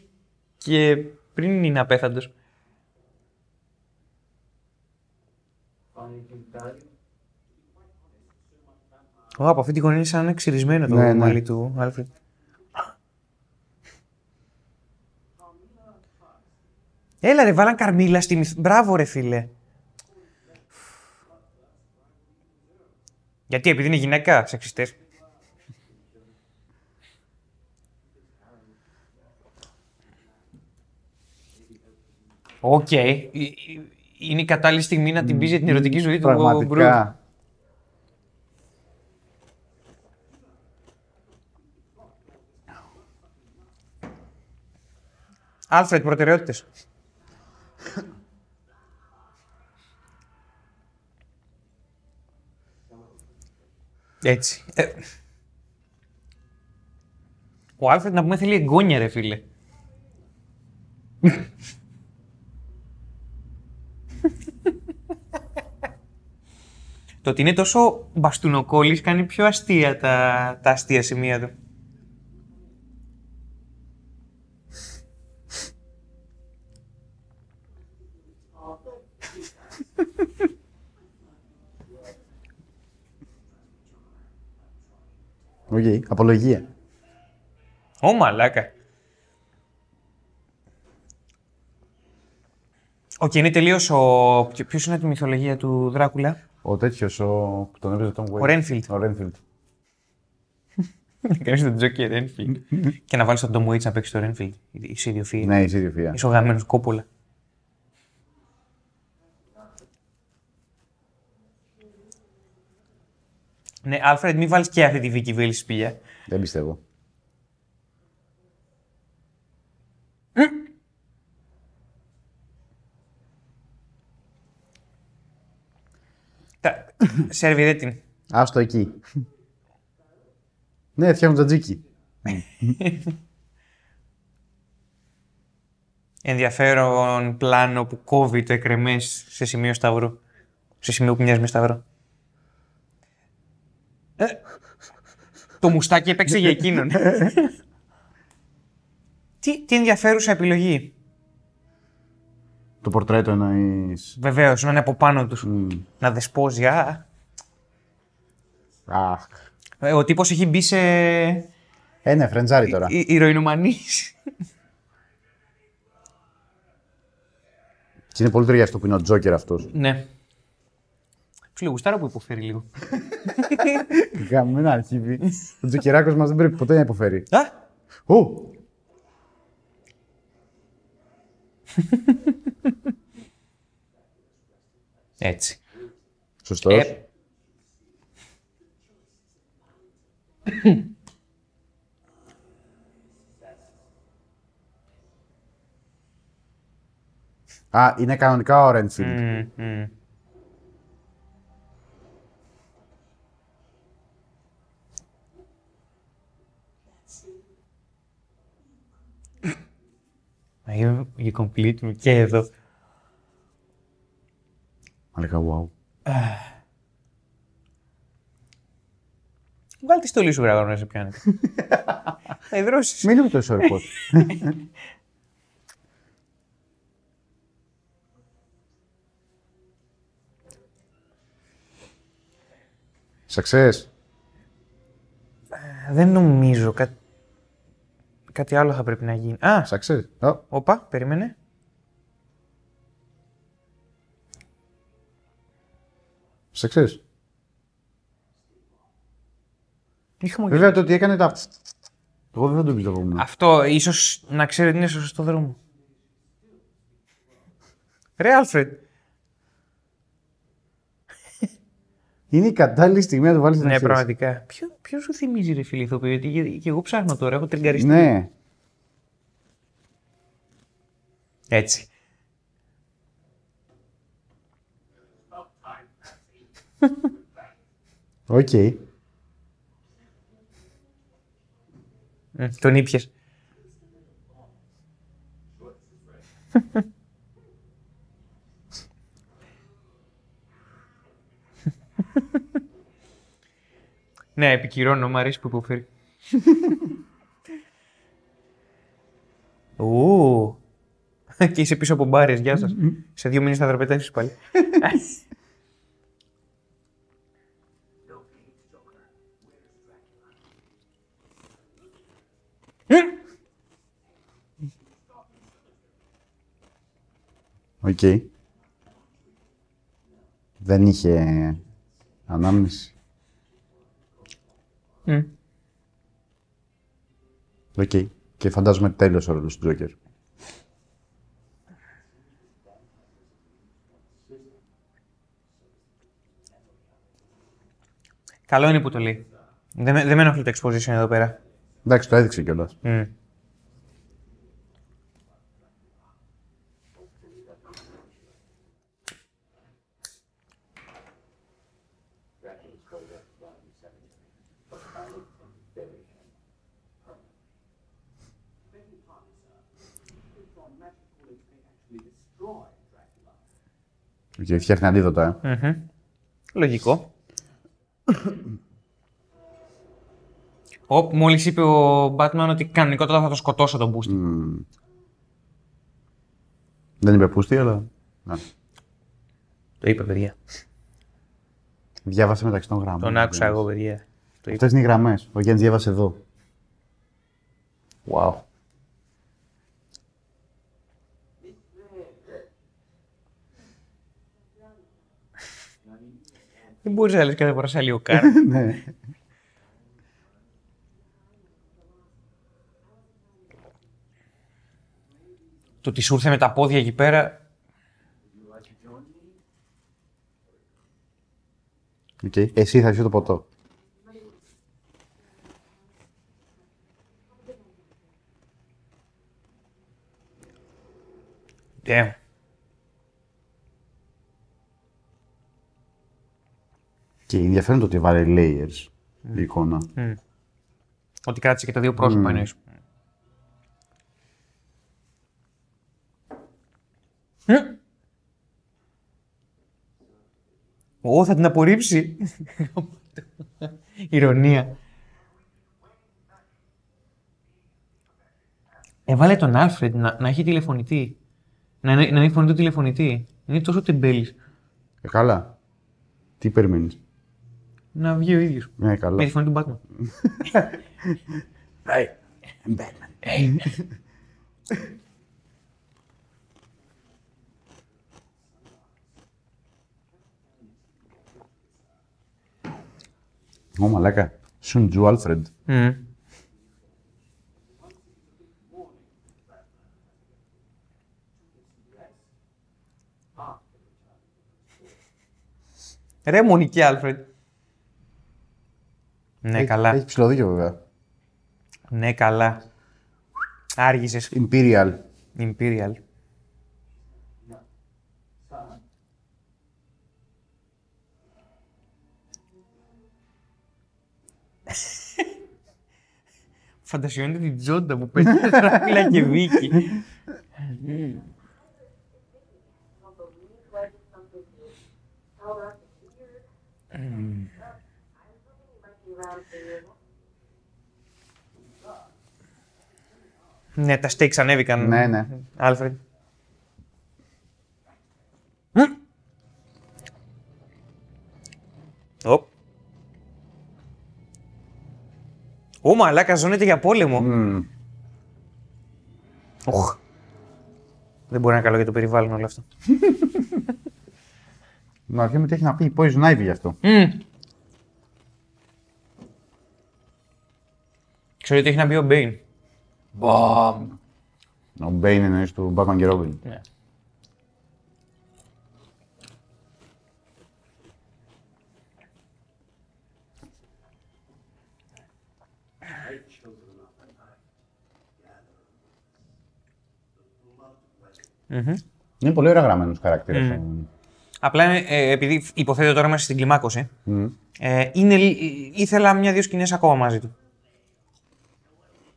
Speaker 2: και πριν είναι απέθαντος. Ω, από αυτή την γωνία είναι σαν να είναι ξυρισμένο το
Speaker 1: Ναι, ναι.
Speaker 2: μαλλί του Άλφρεντ. Έλα ρε, βάλαν καρμίλα στη μυθ... Μπράβο ρε φίλε. Γιατί, επειδή είναι γυναίκα, σεξιστές. Οκ. Ε, Είναι η κατάλληλη στιγμή να την πεις για την ερωτική ζωή του ο Μπρουζ.
Speaker 1: Πραγματικά.
Speaker 2: Άλφρετ, προτεραιότητες. Έτσι. Ε, Ο Άλφρετ να πούμε θέλει εγγόνια, ρε φίλε. Το ότι είναι τόσο μπαστούνοκόλλης κάνει πιο αστεία τα, τα αστεία σημεία του.
Speaker 1: Οκ, Απολογία.
Speaker 2: Ω, μαλάκα. Οκ, είναι τελείω ο. Ποιο είναι τη μυθολογία του Δράκουλα.
Speaker 1: Ο τέτοιος, ο... που τον έπαιζε τον Wade.
Speaker 2: Ο Renfield.
Speaker 1: Ο Renfield.
Speaker 2: Να κάνεις τον Τζόκι Ρένφιλντ. και να βάλεις τον Τόμ Waits να παίξει το Ρένφιλντ. Είσαι ιδιοφύη.
Speaker 1: Ναι, η Σύριοφία.
Speaker 2: Είσαι ο γαμμένος κόπολα. Ναι, Άλφρεντ, μην βάλεις και αυτή τη Βίκυ Βίλης σπηλιά.
Speaker 1: Δεν πιστεύω.
Speaker 2: Τα... Σερβιρέ την.
Speaker 1: Άστο εκεί. ναι, φτιάχνουν τζατζίκι.
Speaker 2: ενδιαφέρον πλάνο που κόβει το εκρεμές σε σημείο σταυρού. Σε σημείο που μοιάζει με σταυρό. Ε, το μουστάκι έπαιξε για εκείνον. τι, τι ενδιαφέρουσα επιλογή.
Speaker 1: Το πορτρέτο εννοείς.
Speaker 2: Βεβαίως, να είναι από πάνω τους. Να δεσπόζει. Α,
Speaker 1: Αχ.
Speaker 2: Ε, ο τύπος έχει μπει σε
Speaker 1: Ε, ναι, φρεντζάρι τώρα.
Speaker 2: υ- ηρωινομανής.
Speaker 1: Και είναι πολύ ταιριαστό που είναι ο Τζόκερ αυτός.
Speaker 2: ναι. Του λέω γουστάρω που υποφέρει λίγο.
Speaker 1: Γαμμένο αρχίδι. ο Τζοκεράκο μας δεν πρέπει ποτέ να υποφέρει.
Speaker 2: Α,
Speaker 1: Ου!
Speaker 2: έτσι.
Speaker 1: Σωστός.
Speaker 2: Ε.
Speaker 1: Α, είναι κανονικά ο Renfield.
Speaker 2: Mm. Are you, you complete me και εδώ.
Speaker 1: Μαλάκα, wow.
Speaker 2: Βγάλε τη στολή σου γρήγορα να σε πιάνει. Θα ιδρώσεις.
Speaker 1: Μην είναι τόσο ορικό. Success.
Speaker 2: Δεν νομίζω. Κα... Κάτι άλλο θα πρέπει να γίνει. Α,
Speaker 1: Success. Ω,
Speaker 2: όπα, περίμενε.
Speaker 1: success.
Speaker 2: Είχαμε
Speaker 1: Βέβαια το ότι έκανε τα. Εγώ δεν θα το πιστεύω.
Speaker 2: Αυτό ίσως να ξέρει ότι είναι στο σωστό δρόμο. Ρε Άλφρεντ.
Speaker 1: Είναι η κατάλληλη στιγμή να το βάλεις στην
Speaker 2: Ναι,
Speaker 1: αξία.
Speaker 2: πραγματικά. Ποιο, ποιο σου θυμίζει, ρε φίλε ηθοποιό, γιατί και- και εγώ ψάχνω τώρα, έχω τριγκαριστεί.
Speaker 1: Ναι.
Speaker 2: Έτσι.
Speaker 1: Οκ.
Speaker 2: Μμ, Ε, Τον ήπιες. ναι, επικυρώνω, μου αρέσει που υποφέρει. Ου. Και είσαι πίσω από μπάρες, γεια σας. Σε δύο μήνες θα δραπετάσεις πάλι.
Speaker 1: Οκ. Δεν είχε ανάμνηση.
Speaker 2: Μμ.
Speaker 1: Οκ. Και φαντάζομαι τέλειωσε ο ρόλος του Τζόκερ.
Speaker 2: Καλό είναι που το λέει. Δεν, με- δεν με ενοχλεί το exposition εδώ πέρα.
Speaker 1: Εντάξει, το έδειξε κιόλας.
Speaker 2: Μμ.
Speaker 1: Και φτιάχνει αντίδοτα. Ε.
Speaker 2: Μμμ. Λογικό. Ο, μόλις είπε ο Batman ότι κανονικότατα θα το σκοτώσω τον Booster.
Speaker 1: Δεν είπε πούστη, αλλά. ναι. Να.
Speaker 2: Το είπε, παιδιά.
Speaker 1: Διάβασε μεταξύ των γραμμών.
Speaker 2: Τον άκουσα εγώ, παιδιά. Το είπε.
Speaker 1: Αυτές είναι οι γραμμές. Ο Γιάννης διάβασε εδώ. Wow.
Speaker 2: Δεν μπορείς να λες κάθε φορά σε αλλιοκάρα.
Speaker 1: ναι.
Speaker 2: το ότι σου ήρθε με τα πόδια εκεί πέρα.
Speaker 1: Οκ. Εσύ θα είσαι το ποτό.
Speaker 2: Damn.
Speaker 1: Και ενδιαφέρον το ότι βάλε layers η εικόνα.
Speaker 2: Ναι. Ότι κράτησε και τα δύο πρόσωπα εννοείς. Μμ. Ω, θα την απορρίψει. Ηρωνία. Έβαλε τον Άλφρεντ να, να έχει τηλεφωνητή. Να, είναι- να είναι η φωνή του τηλεφωνητή. Είναι τόσο τεμπέλης.
Speaker 1: Ε, καλά. Τι περιμένεις.
Speaker 2: Να βγει ο ίδιος.
Speaker 1: Ναι,
Speaker 2: Με τη
Speaker 1: καλά.
Speaker 2: φωνή του Batman.
Speaker 1: Ω μαλάκα. Σουντζου Άλφρεντ.
Speaker 2: Μμ. Ρε Μονική Άλφρεντ. Ναι,
Speaker 1: Έχει-
Speaker 2: καλά.
Speaker 1: Έχει ψηλό δίκιο, βέβαια.
Speaker 2: Ναι, καλά. Άργησες.
Speaker 1: Imperial.
Speaker 2: Imperial. Φαντασιώνεται την τζόντα που παίζει τετράπηλα και βίκη. ναι, τα stakes ανέβηκαν.
Speaker 1: Ναι, ναι.
Speaker 2: Άλφρεντ. Οπ. Ω, μαλάκα, ζώνεται για πόλεμο.
Speaker 1: Μμμ.
Speaker 2: Οχ. Δεν μπορεί να είναι καλό για το περιβάλλον όλο αυτό.
Speaker 1: Να αρχίσουμε τι έχει να πει η Poison Ivy γι' αυτό.
Speaker 2: Ξέρω ότι έχει να μπει ο Μπέιν.
Speaker 1: Ο Bane εννοείς του Batman και Robin.
Speaker 2: Ναι.
Speaker 1: Είναι πολύ ωραία γραμμένος χαρακτήρας.
Speaker 2: Απλά είναι, ε, επειδή υποθέτω τώρα είμαστε στην κλιμάκωση, ε, είναι, λι- ε, ήθελα μια-δύο σκηνές ακόμα μαζί του.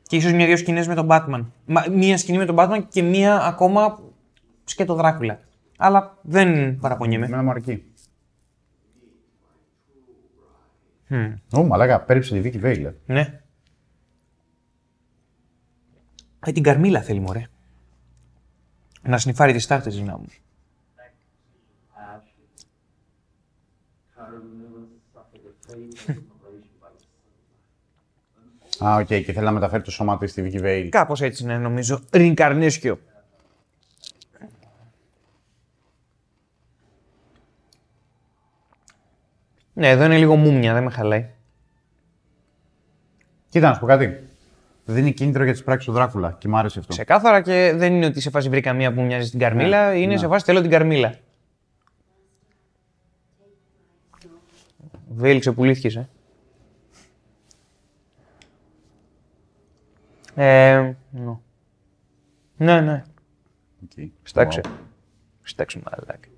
Speaker 2: Και ίσω μια-δύο σκηνές με τον Batman. Μα, μια σκηνή με τον Batman και μια ακόμα σκέτο Δράκουλα. Αλλά δεν παραπονιέμαι.
Speaker 1: Εμένα μου αρκεί. Ω, μαλάκα, πέριψε τη Βίκη Βέιλερ.
Speaker 2: Ναι. Ε, την Καρμίλα θέλει, μωρέ. Να σνιφάρει τις τάχτες, να μου.
Speaker 1: Α, οκ, και θέλει να μεταφέρει το σώμα της στη Βίκη Βέιλ.
Speaker 2: Κάπως έτσι είναι, νομίζω. Ρινκαρνίσκιο. Ναι, εδώ είναι λίγο μουμια, δεν με χαλάει.
Speaker 1: Κοίτα, να σου πω κάτι. Δίνει κίνητρο για τις πράξεις του Δράκουλα και μου άρεσε αυτό.
Speaker 2: Ξεκάθαρα και δεν είναι ότι σε φάση βρήκα μία που μου μοιάζει στην Καρμίλα, είναι σε φάση θέλω την Καρμίλα. Βέλη, ξεπουλήθηκες, ε. Ε, ναι. Ναι, ναι.
Speaker 1: Οκ.
Speaker 2: Στάξε.
Speaker 1: Wow.
Speaker 2: Στάξε, μαλάκα.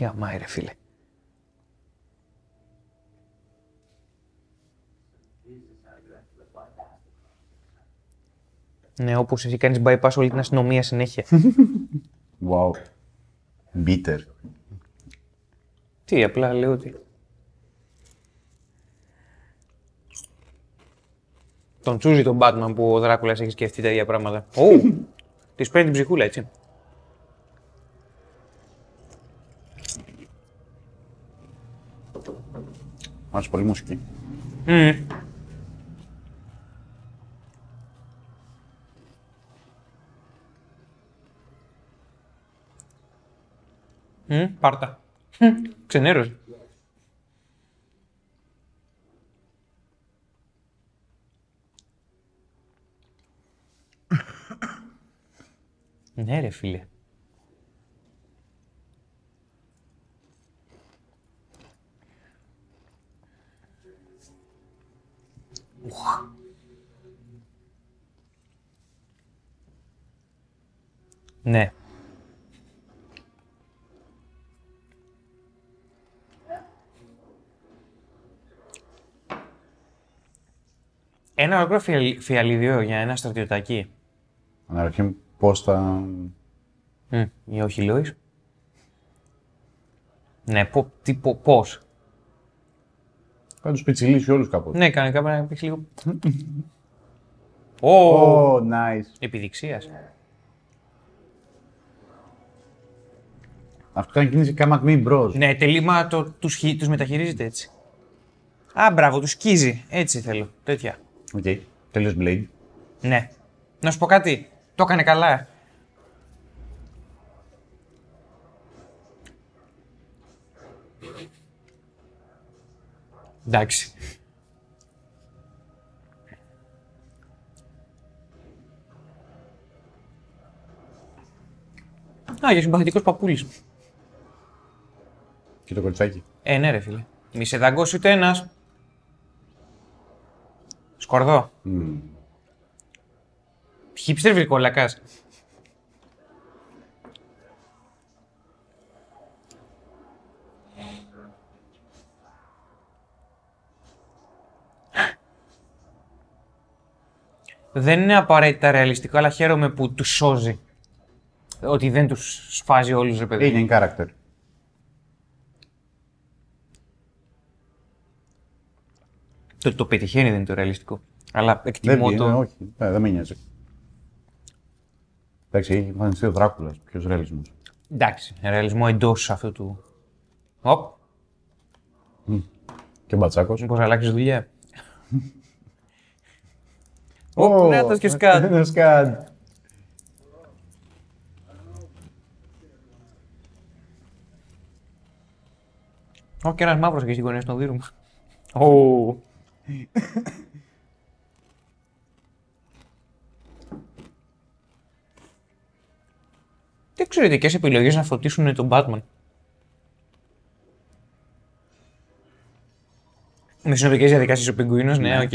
Speaker 2: Γαμάει ρε φίλε. Ναι, όπως εσύ κάνεις bypass όλη την αστυνομία συνέχεια.
Speaker 1: Wow. Bitter.
Speaker 2: Τι, απλά λέω ότι. Τον τσούζει τον Batman που ο Δράκουλας έχει σκεφτεί τα ίδια πράγματα. Ω! Της παίρνει την ψυχούλα, έτσι.
Speaker 1: Μου άρεσε πολύ η μουσική.
Speaker 2: Μμμ, πάρτα. Ξενέρωσε. ναι ρε φίλε. Ναι. Ένα ολόκληρο φιαλ- φιαλιδιό για ένα στρατιωτάκι.
Speaker 1: Αναρωτιέμαι πώς θα.
Speaker 2: Μμ, Ή όχι, Λόις. Ναι, πο, τι, πο, πώς.
Speaker 1: Θα του πιτσιλίσει όλου κάπου.
Speaker 2: Ναι, κανονικά πρέπει να παίξει λίγο. Ω,
Speaker 1: Oh, nice.
Speaker 2: επιδειξίας.
Speaker 1: Αυτό ήταν κίνηση κάμα ακμή μπρος.
Speaker 2: Ναι, τελείμα το, τους, χει- τους μεταχειρίζεται έτσι. Α, μπράβο, τους σκίζει. Έτσι θέλω, τέτοια.
Speaker 1: Οκ. Τέλειο Blade.
Speaker 2: Ναι. Να σου πω κάτι, το έκανε καλά. Εντάξει. Α, για συμπαθητικός παππούλης.
Speaker 1: Και το κοριτσάκι.
Speaker 2: Ε, ναι, ρε φίλε. Μη σε δαγκώσει ούτε ένας. Σκορδό. Χίπστερ βρικόλακα. Δεν είναι απαραίτητα ρεαλιστικό, αλλά χαίρομαι που τους σώζει. Ότι δεν τους σφάζει όλους, ρε παιδί.
Speaker 1: Είναι in character.
Speaker 2: Το ότι το πετυχαίνει δεν είναι το ρεαλιστικό. Αλλά
Speaker 1: Δεν
Speaker 2: εκτιμώ
Speaker 1: πήγαινε,
Speaker 2: το.
Speaker 1: όχι. Ε, δεν με νοιάζει. Εντάξει, έχει εμφανιστεί ο Δράκουλας. Ποιος ρεαλισμός.
Speaker 2: Εντάξει, ρεαλισμό εντός αυτού του. Οπ,
Speaker 1: Και ο Μπατσάκος.
Speaker 2: μήπως αλλάξεις δουλειά. Οπ, να
Speaker 1: ε,
Speaker 2: το και σκάτ.
Speaker 1: σκάτ.
Speaker 2: Ω, και ένας μαύρος εκεί στην γωνία στον δίρου μου. Ω. Τι εξαιρετικές επιλογές να φωτίσουν τον Batman. Με συνοπτικέ διαδικασίε ο Πιγκουίνος, ναι, οκ.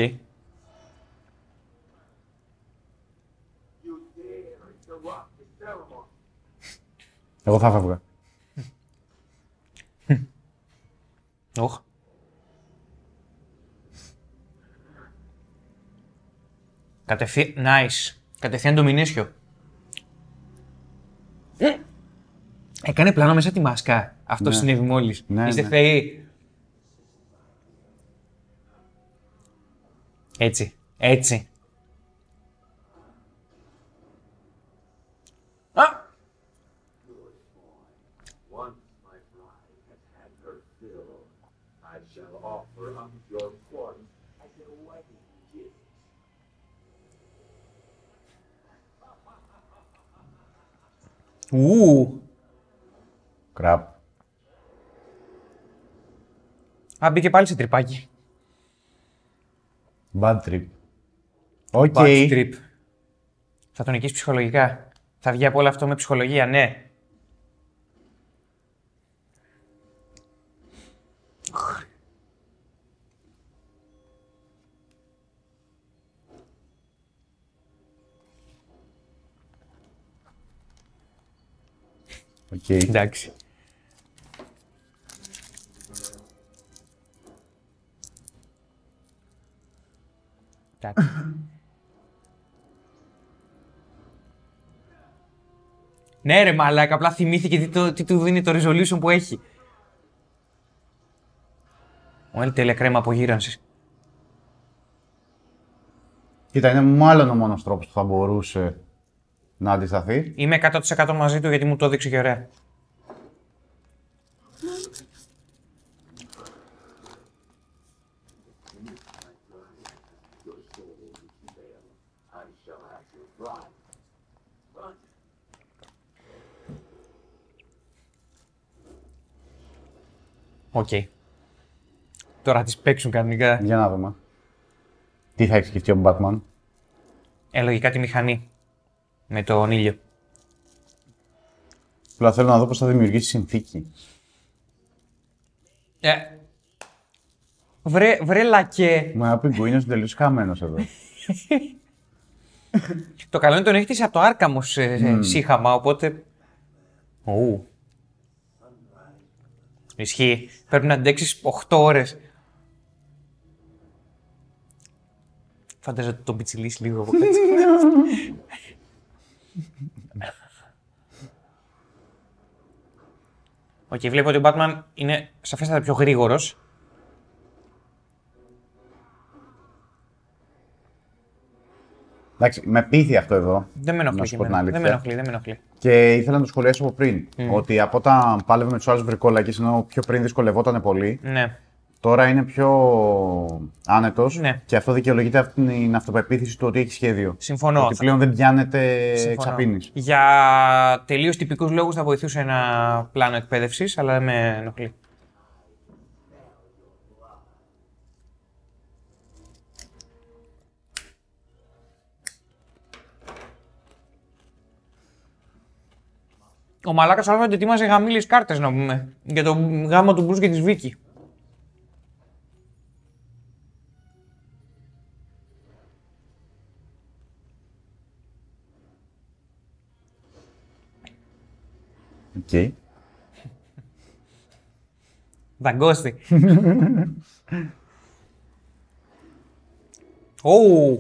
Speaker 1: Εγώ θα φεύγα.
Speaker 2: Οχ. Κατευθείαν. Nice. Κατευθείαν το μηνίσιο. Έκανε πλάνο μέσα τη μάσκα. Αυτό
Speaker 1: Ναι.
Speaker 2: συνέβη μόλις.
Speaker 1: Ναι,
Speaker 2: Είστε
Speaker 1: ναι.
Speaker 2: θεοί. Έτσι. Έτσι. Α! Ου!
Speaker 1: Κραπ.
Speaker 2: Α, μπήκε πάλι σε τρυπάκι.
Speaker 1: Bad trip. Οκ.
Speaker 2: Bad trip. Θα τον νικήσεις ψυχολογικά. Θα βγει από όλο αυτό με ψυχολογία, ναι.
Speaker 1: Οκ.
Speaker 2: Εντάξει. Κάτι. ναι ρε μαλάκα, απλά θυμήθηκε τι, το, τι του δίνει το resolution που έχει. Μου έλειπε τέλεια κρέμα απογύρανσης.
Speaker 1: Κοίτα, είναι μάλλον ο μόνος τρόπος που θα μπορούσε να αντισταθεί.
Speaker 2: Είμαι 100% μαζί του γιατί μου το έδειξε και ωραία. Οκ. Τώρα τις παίξουν κανονικά.
Speaker 1: Για να δούμε. Τι θα έχει σκεφτεί ο Batman.
Speaker 2: Ε, λογικά τη μηχανή. Με τον ήλιο.
Speaker 1: Απλά θέλω να δω πώς θα δημιουργήσει συνθήκη.
Speaker 2: Ε. Βρε, βρε λακέ.
Speaker 1: Μα ο πιγκουίνος είναι τελείως χαμένος εδώ.
Speaker 2: Το καλό είναι τον έχετε από το Arkham ως ε, ε, σύχαμα, οπότε... Ου. Ισχύει. Πρέπει να αντέξεις 8 ώρες. Φαντάζομαι ότι τον πιτσιλείς λίγο από κάτω. Οκ, βλέπω ότι ο Batman είναι σαφέστατα πιο γρήγορος.
Speaker 1: Εντάξει, με πείθει αυτό εδώ.
Speaker 2: Δεν με ενοχλεί.
Speaker 1: Να σου πω την
Speaker 2: εμένα. Δεν με
Speaker 1: αλήθεια.
Speaker 2: ενοχλεί, δεν με ενοχλεί.
Speaker 1: Και ήθελα να το σχολιάσω από πριν.
Speaker 2: Mm.
Speaker 1: Ότι από όταν πάλευε με τους άλλους βρικόλακε, ενώ πιο πριν δυσκολευόταν πολύ,
Speaker 2: Ναι.
Speaker 1: τώρα είναι πιο άνετος.
Speaker 2: Ναι.
Speaker 1: Και αυτό δικαιολογείται αυτή την αυτοπεποίθηση του ότι έχει σχέδιο.
Speaker 2: Συμφωνώ.
Speaker 1: Ότι πλέον δεν πιάνεται
Speaker 2: Συμφωνώ.
Speaker 1: ξαπίνη.
Speaker 2: Για τελείως τυπικούς λόγους θα βοηθούσε ένα πλάνο εκπαίδευσης, αλλά δεν με ενοχλεί. Ο Μαλάκας ο άλλος ότι ετοίμαζε γαμήλες κάρτες, να πούμε, για το γάμο του Μπρουζ και της Βίκη.
Speaker 1: Οκ.
Speaker 2: Δαγκώστη. Ου.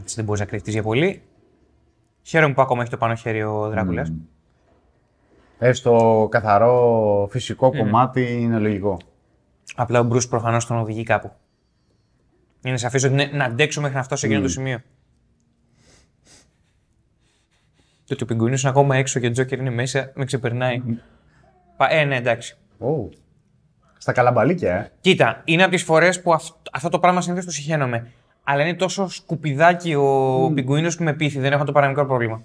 Speaker 2: Έτσι δεν μπορείς να κρυφτείς για πολύ. Χαίρομαι που ακόμα έχει το πάνω χέρι ο Δράκουλας.
Speaker 1: Έστω καθαρό φυσικό κομμάτι είναι λογικό.
Speaker 2: Απλά ο Μπρούς προφανώς τον οδηγεί κάπου. Είναι σαφέ ότι είναι να αντέξω μέχρι να φτάσω σε εκείνο το σημείο. Το ότι ο Πιγκουίνος είναι ακόμα έξω και ο Τζόκερ είναι μέσα, με ξεπερνάει. Πα- Ε, ναι, εντάξει.
Speaker 1: Ω. Στα καλαμπαλίκια, ε.
Speaker 2: Κοίτα, είναι από τις φορές που αυ- αυτό το πράγμα συνήθως το συχαίνομαι. Αλλά είναι τόσο σκουπιδάκι ο mm. που με πείθει, δεν έχω το παραμικρό πρόβλημα.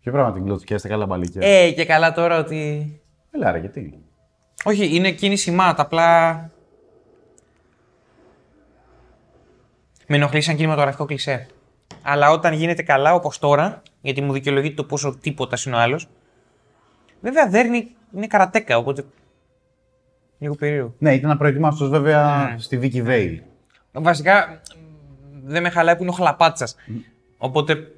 Speaker 1: Ποιο πράγμα την κλωτσιά στα καλαμπαλίκια.
Speaker 2: Ε, και καλά τώρα ότι.
Speaker 1: Έλα ρε, γιατί.
Speaker 2: Όχι, είναι κίνηση mat, απλά. Με ενοχλεί σαν κινηματογραφικό κλισέ. Αλλά όταν γίνεται καλά, όπως τώρα, γιατί μου δικαιολογείται το πόσο τίποτα είναι ο άλλος. Βέβαια, Δέρνη είναι καρατέκα, οπότε. Λίγο περίεργο.
Speaker 1: Ναι, ήταν προετοιμάστο
Speaker 2: Ναι.
Speaker 1: βέβαια στη Vicky Vale.
Speaker 2: Βασικά, μ, δεν με χαλάει που είναι ο χλαπάτσας. Οπότε.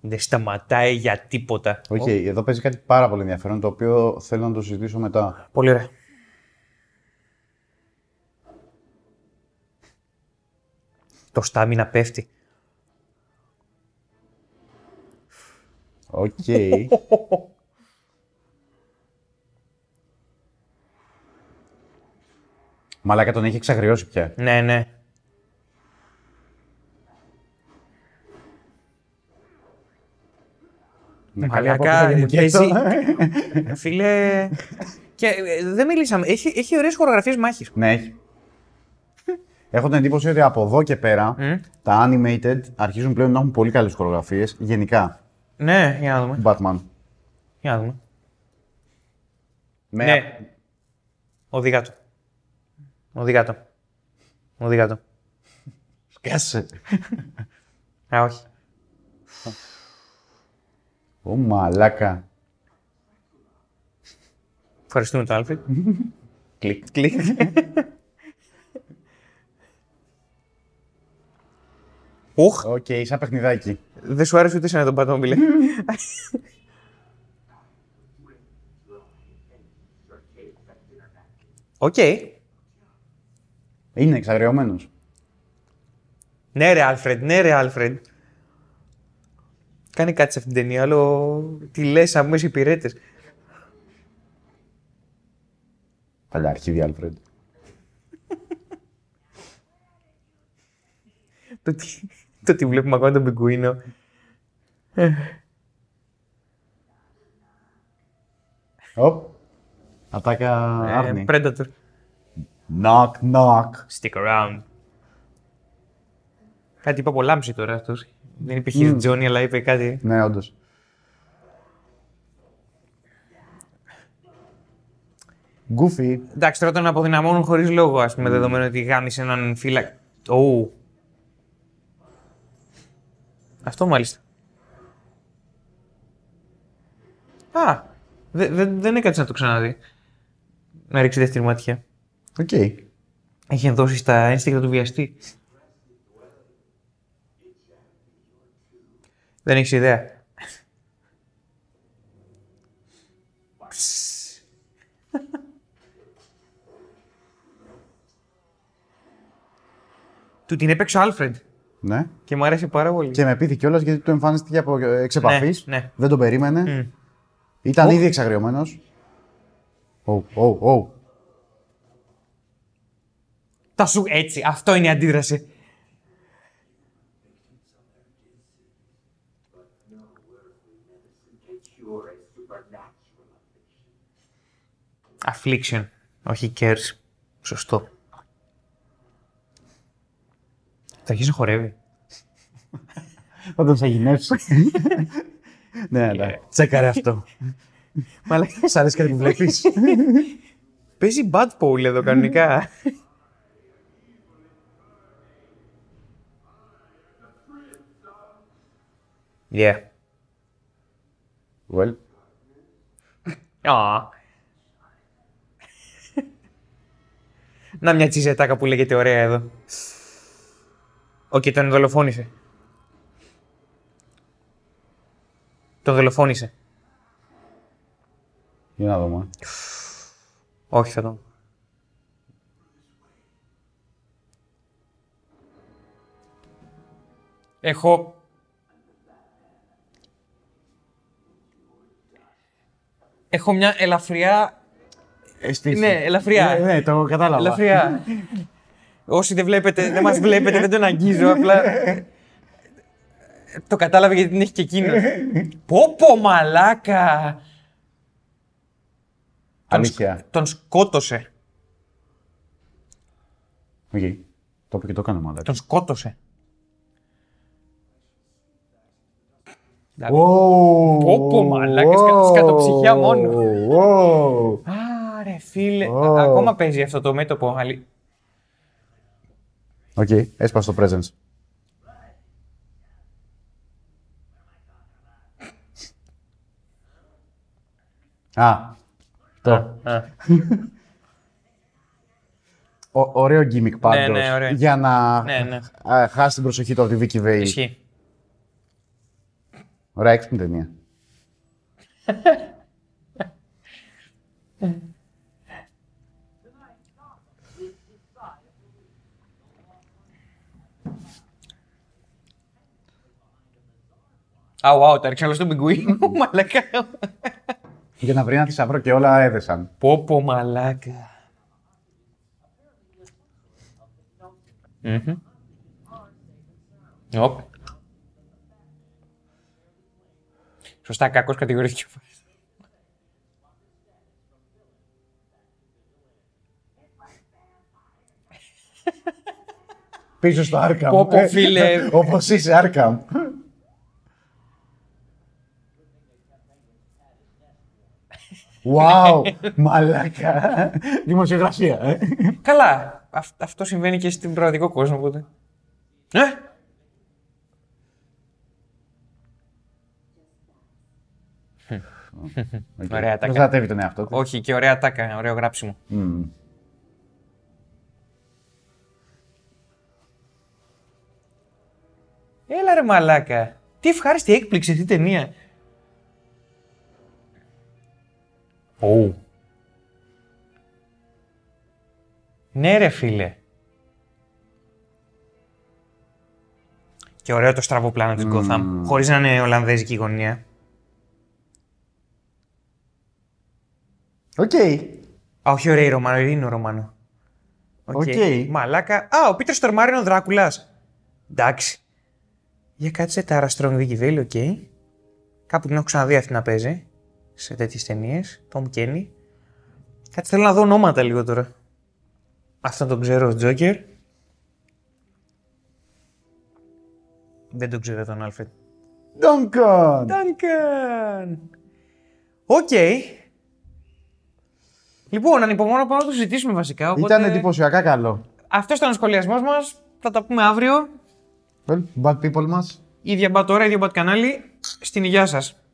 Speaker 2: Δεν σταματάει για τίποτα.
Speaker 1: Οκ, εδώ παίζει κάτι πάρα πολύ ενδιαφέρον το οποίο θέλω να το συζητήσω μετά.
Speaker 2: Πολύ ωραία. Το στάμινα πέφτει.
Speaker 1: Οκ. Μαλάκα τον έχει εξαγριώσει πια.
Speaker 2: Ναι, ναι.
Speaker 1: Άλλη από
Speaker 2: Μαλάκα,
Speaker 1: το μου και
Speaker 2: παίζει-
Speaker 1: αυτό. ε.
Speaker 2: Ε, Φίλε. και ε, δεν μιλήσαμε. Έχει, έχει ωραίες χορογραφίες μάχης.
Speaker 1: ναι, έχει. Έχω την εντύπωση ότι από εδώ και πέρα
Speaker 2: Μμ.
Speaker 1: τα animated αρχίζουν πλέον να έχουν πολύ καλές χορογραφίες. Γενικά,
Speaker 2: Ναι, για να δούμε.
Speaker 1: Batman.
Speaker 2: Για να δούμε.
Speaker 1: Με-
Speaker 2: Ναι. Οδηγά το. Οδηγά το. Οδηγά το.
Speaker 1: Σκάσε.
Speaker 2: Α, όχι.
Speaker 1: Ω μαλάκα.
Speaker 2: Ευχαριστούμε τον Άλφρεντ.
Speaker 1: Κλικ.
Speaker 2: Κλικ. Ουχ,
Speaker 1: Οκ, σαν παιχνιδάκι.
Speaker 2: δεν σου άρεσε ούτε εσένα τον Πατόμπιλε. Οκ.
Speaker 1: Είναι εξαγριωμένος.
Speaker 2: Ναι ρε Άλφρεντ, ναι ρε Άλφρεντ. Κάνει κάτι σε αυτήν την ταινία, άλλο τι λες αμέσως οι πειρέτες.
Speaker 1: Παλιά αρχίδια, Alfred.
Speaker 2: Το τι, το τι βλέπουμε ακόμα τον πιγκουίνο. Ε,
Speaker 1: Οπ. Ατάκα
Speaker 2: Ε,
Speaker 1: Άρνη.
Speaker 2: Predator.
Speaker 1: Knock, knock.
Speaker 2: Stick around. Κάτι είπε από λάμψη τώρα αυτός. Δεν είπε χίλι Τζόνι, αλλά είπε κάτι.
Speaker 1: Ναι, όντως. Γκούφι.
Speaker 2: Εντάξει, τώρα τον αποδυναμώνουν χωρίς λόγο, ας πούμε, δεδομένου ότι γάμισε έναν φύλακα. Ου. Αυτό μάλιστα. Α, δε- δε- δεν έκατσε να το ξαναδεί. Να ρίξει δεύτερη ματιά.
Speaker 1: Οκ.
Speaker 2: Έχει ενδώσει στα ένστικτα του βιαστή. Δεν έχεις ιδέα. Ψ. του την έπαιξε ο Άλφρεντ
Speaker 1: Ναι.
Speaker 2: και μου άρεσε πάρα πολύ.
Speaker 1: Και με πείθη κιόλας γιατί του εμφανίστηκε από ε, εξ επαφής.
Speaker 2: Ναι, ναι.
Speaker 1: Δεν τον περίμενε. Ήταν ήδη εξαγριωμένος. Ω, ω, ω.
Speaker 2: Τα σου έτσι, αυτό είναι η αντίδραση. Affliction, όχι cares. Σωστό. Θα αρχίσει να χορεύει.
Speaker 1: Όταν σε γυναίξει. ναι, ναι. Τσέκαρε αυτό.
Speaker 2: Μαλάκα.
Speaker 1: Σ' αρέσει κάτι που βλέπεις.
Speaker 2: Παίζει bad pole εδώ κανονικά. yeah.
Speaker 1: well.
Speaker 2: Α. Να μια τσιζετάκα που λέγεται ωραία εδώ. Οκ, τον δολοφόνησε. Τον δολοφόνησε.
Speaker 1: Για να δούμε.
Speaker 2: Όχι, θα τον. Έχω. Έχω μια ελαφριά
Speaker 1: Αισθήση.
Speaker 2: Ναι, ελαφριά.
Speaker 1: Ναι, ναι, το κατάλαβα.
Speaker 2: Ελαφριά. Όσοι δεν βλέπετε, δεν μας βλέπετε, δεν τον αγγίζω, απλά... Ε, Το κατάλαβε γιατί την έχει και εκείνος. Πω πω μαλάκα! Τον σκ-
Speaker 1: Αλήθεια.
Speaker 2: Τον σκότωσε.
Speaker 1: Οκ. Το είπε και το έκανα μάλλον.
Speaker 2: Τον σκότωσε. Όπο,
Speaker 1: Όπο,
Speaker 2: μαλάκα, σκα- σκατοψυχιά μόνο.
Speaker 1: Wow.
Speaker 2: Α, ρε φίλε.
Speaker 1: Ω.
Speaker 2: Α- Ακόμα παίζει αυτό το μέτωπο. αλη-
Speaker 1: Οκ, έσπασε το presence. Α, το.
Speaker 2: Α.
Speaker 1: Ο, ωραίο gimmick πάντως,
Speaker 2: ναι, ωραίο.
Speaker 1: για να
Speaker 2: Ναι, ναι.
Speaker 1: α, χάσει την προσοχή του από τη Vicky Vale.
Speaker 2: Ισχύει.
Speaker 1: Ωραία, έξυπνη ταινία.
Speaker 2: Αου, αου, τα ρίξα όλα στον πιγκουίνο, μαλάκα.
Speaker 1: Για να βρει ένα θησαυρό και όλα έδεσαν.
Speaker 2: Πω πω μαλάκα. Μμμ. Οπ. Σωστά, κακός κατηγορήθηκε. ο Φάης.
Speaker 1: Πίσω στο Arkham.
Speaker 2: Πω, πω, φίλε.
Speaker 1: Όπως είσαι Arkham. Wow, μαλάκα. Δημοσιογραφία, ε.
Speaker 2: Καλά. Αυ- αυτό συμβαίνει και στην πραγματικό κόσμο, οπότε. Ε! Ωραία τάκα.
Speaker 1: Προστατεύει τον εαυτό του.
Speaker 2: Όχι, και ωραία τάκα, ωραίο γράψιμο.
Speaker 1: Μμμ.
Speaker 2: Έλα ρε μαλάκα. Τι ευχάριστη έκπληξη αυτή η ταινία. Ου. Ναι ρε φίλε. Και ωραίο το στραβό πλάνο της Gotham, χωρίς να είναι Ολλανδέζικη γωνία.
Speaker 1: Οκ.
Speaker 2: Α, όχι ωραίο Ρωμανό, είναι ο Ρωμανό.
Speaker 1: Οκ.
Speaker 2: Μαλάκα. Α, ο Πίτερ Στορμάρ είναι ο Δράκουλας. Εντάξει. Για κάτσε τα Armstrong Vicky Vale, οκ. Κάπου την έχω ξαναδεί αυτή να παίζει. Σε τέτοιες ταινίες. Τόμ Κένι. Κάτσε θέλω να δω ονόματα λίγο τώρα. Αυτό τον ξέρω ως Τζόκερ. Δεν τον ξέρω τον Άλφρεντ.
Speaker 1: Duncan.
Speaker 2: Duncan. Οκ. Λοιπόν, ανυπομονώ πάνω να το συζητήσουμε βασικά. Οπότε...
Speaker 1: Ήταν εντυπωσιακά καλό.
Speaker 2: Αυτός ήταν ο σχολιασμός μας. Θα τα πούμε αύριο.
Speaker 1: Well, bad people μας.
Speaker 2: Ίδια μπατ ώρα, ίδιο μπατ κανάλι. Στην υγεία σας.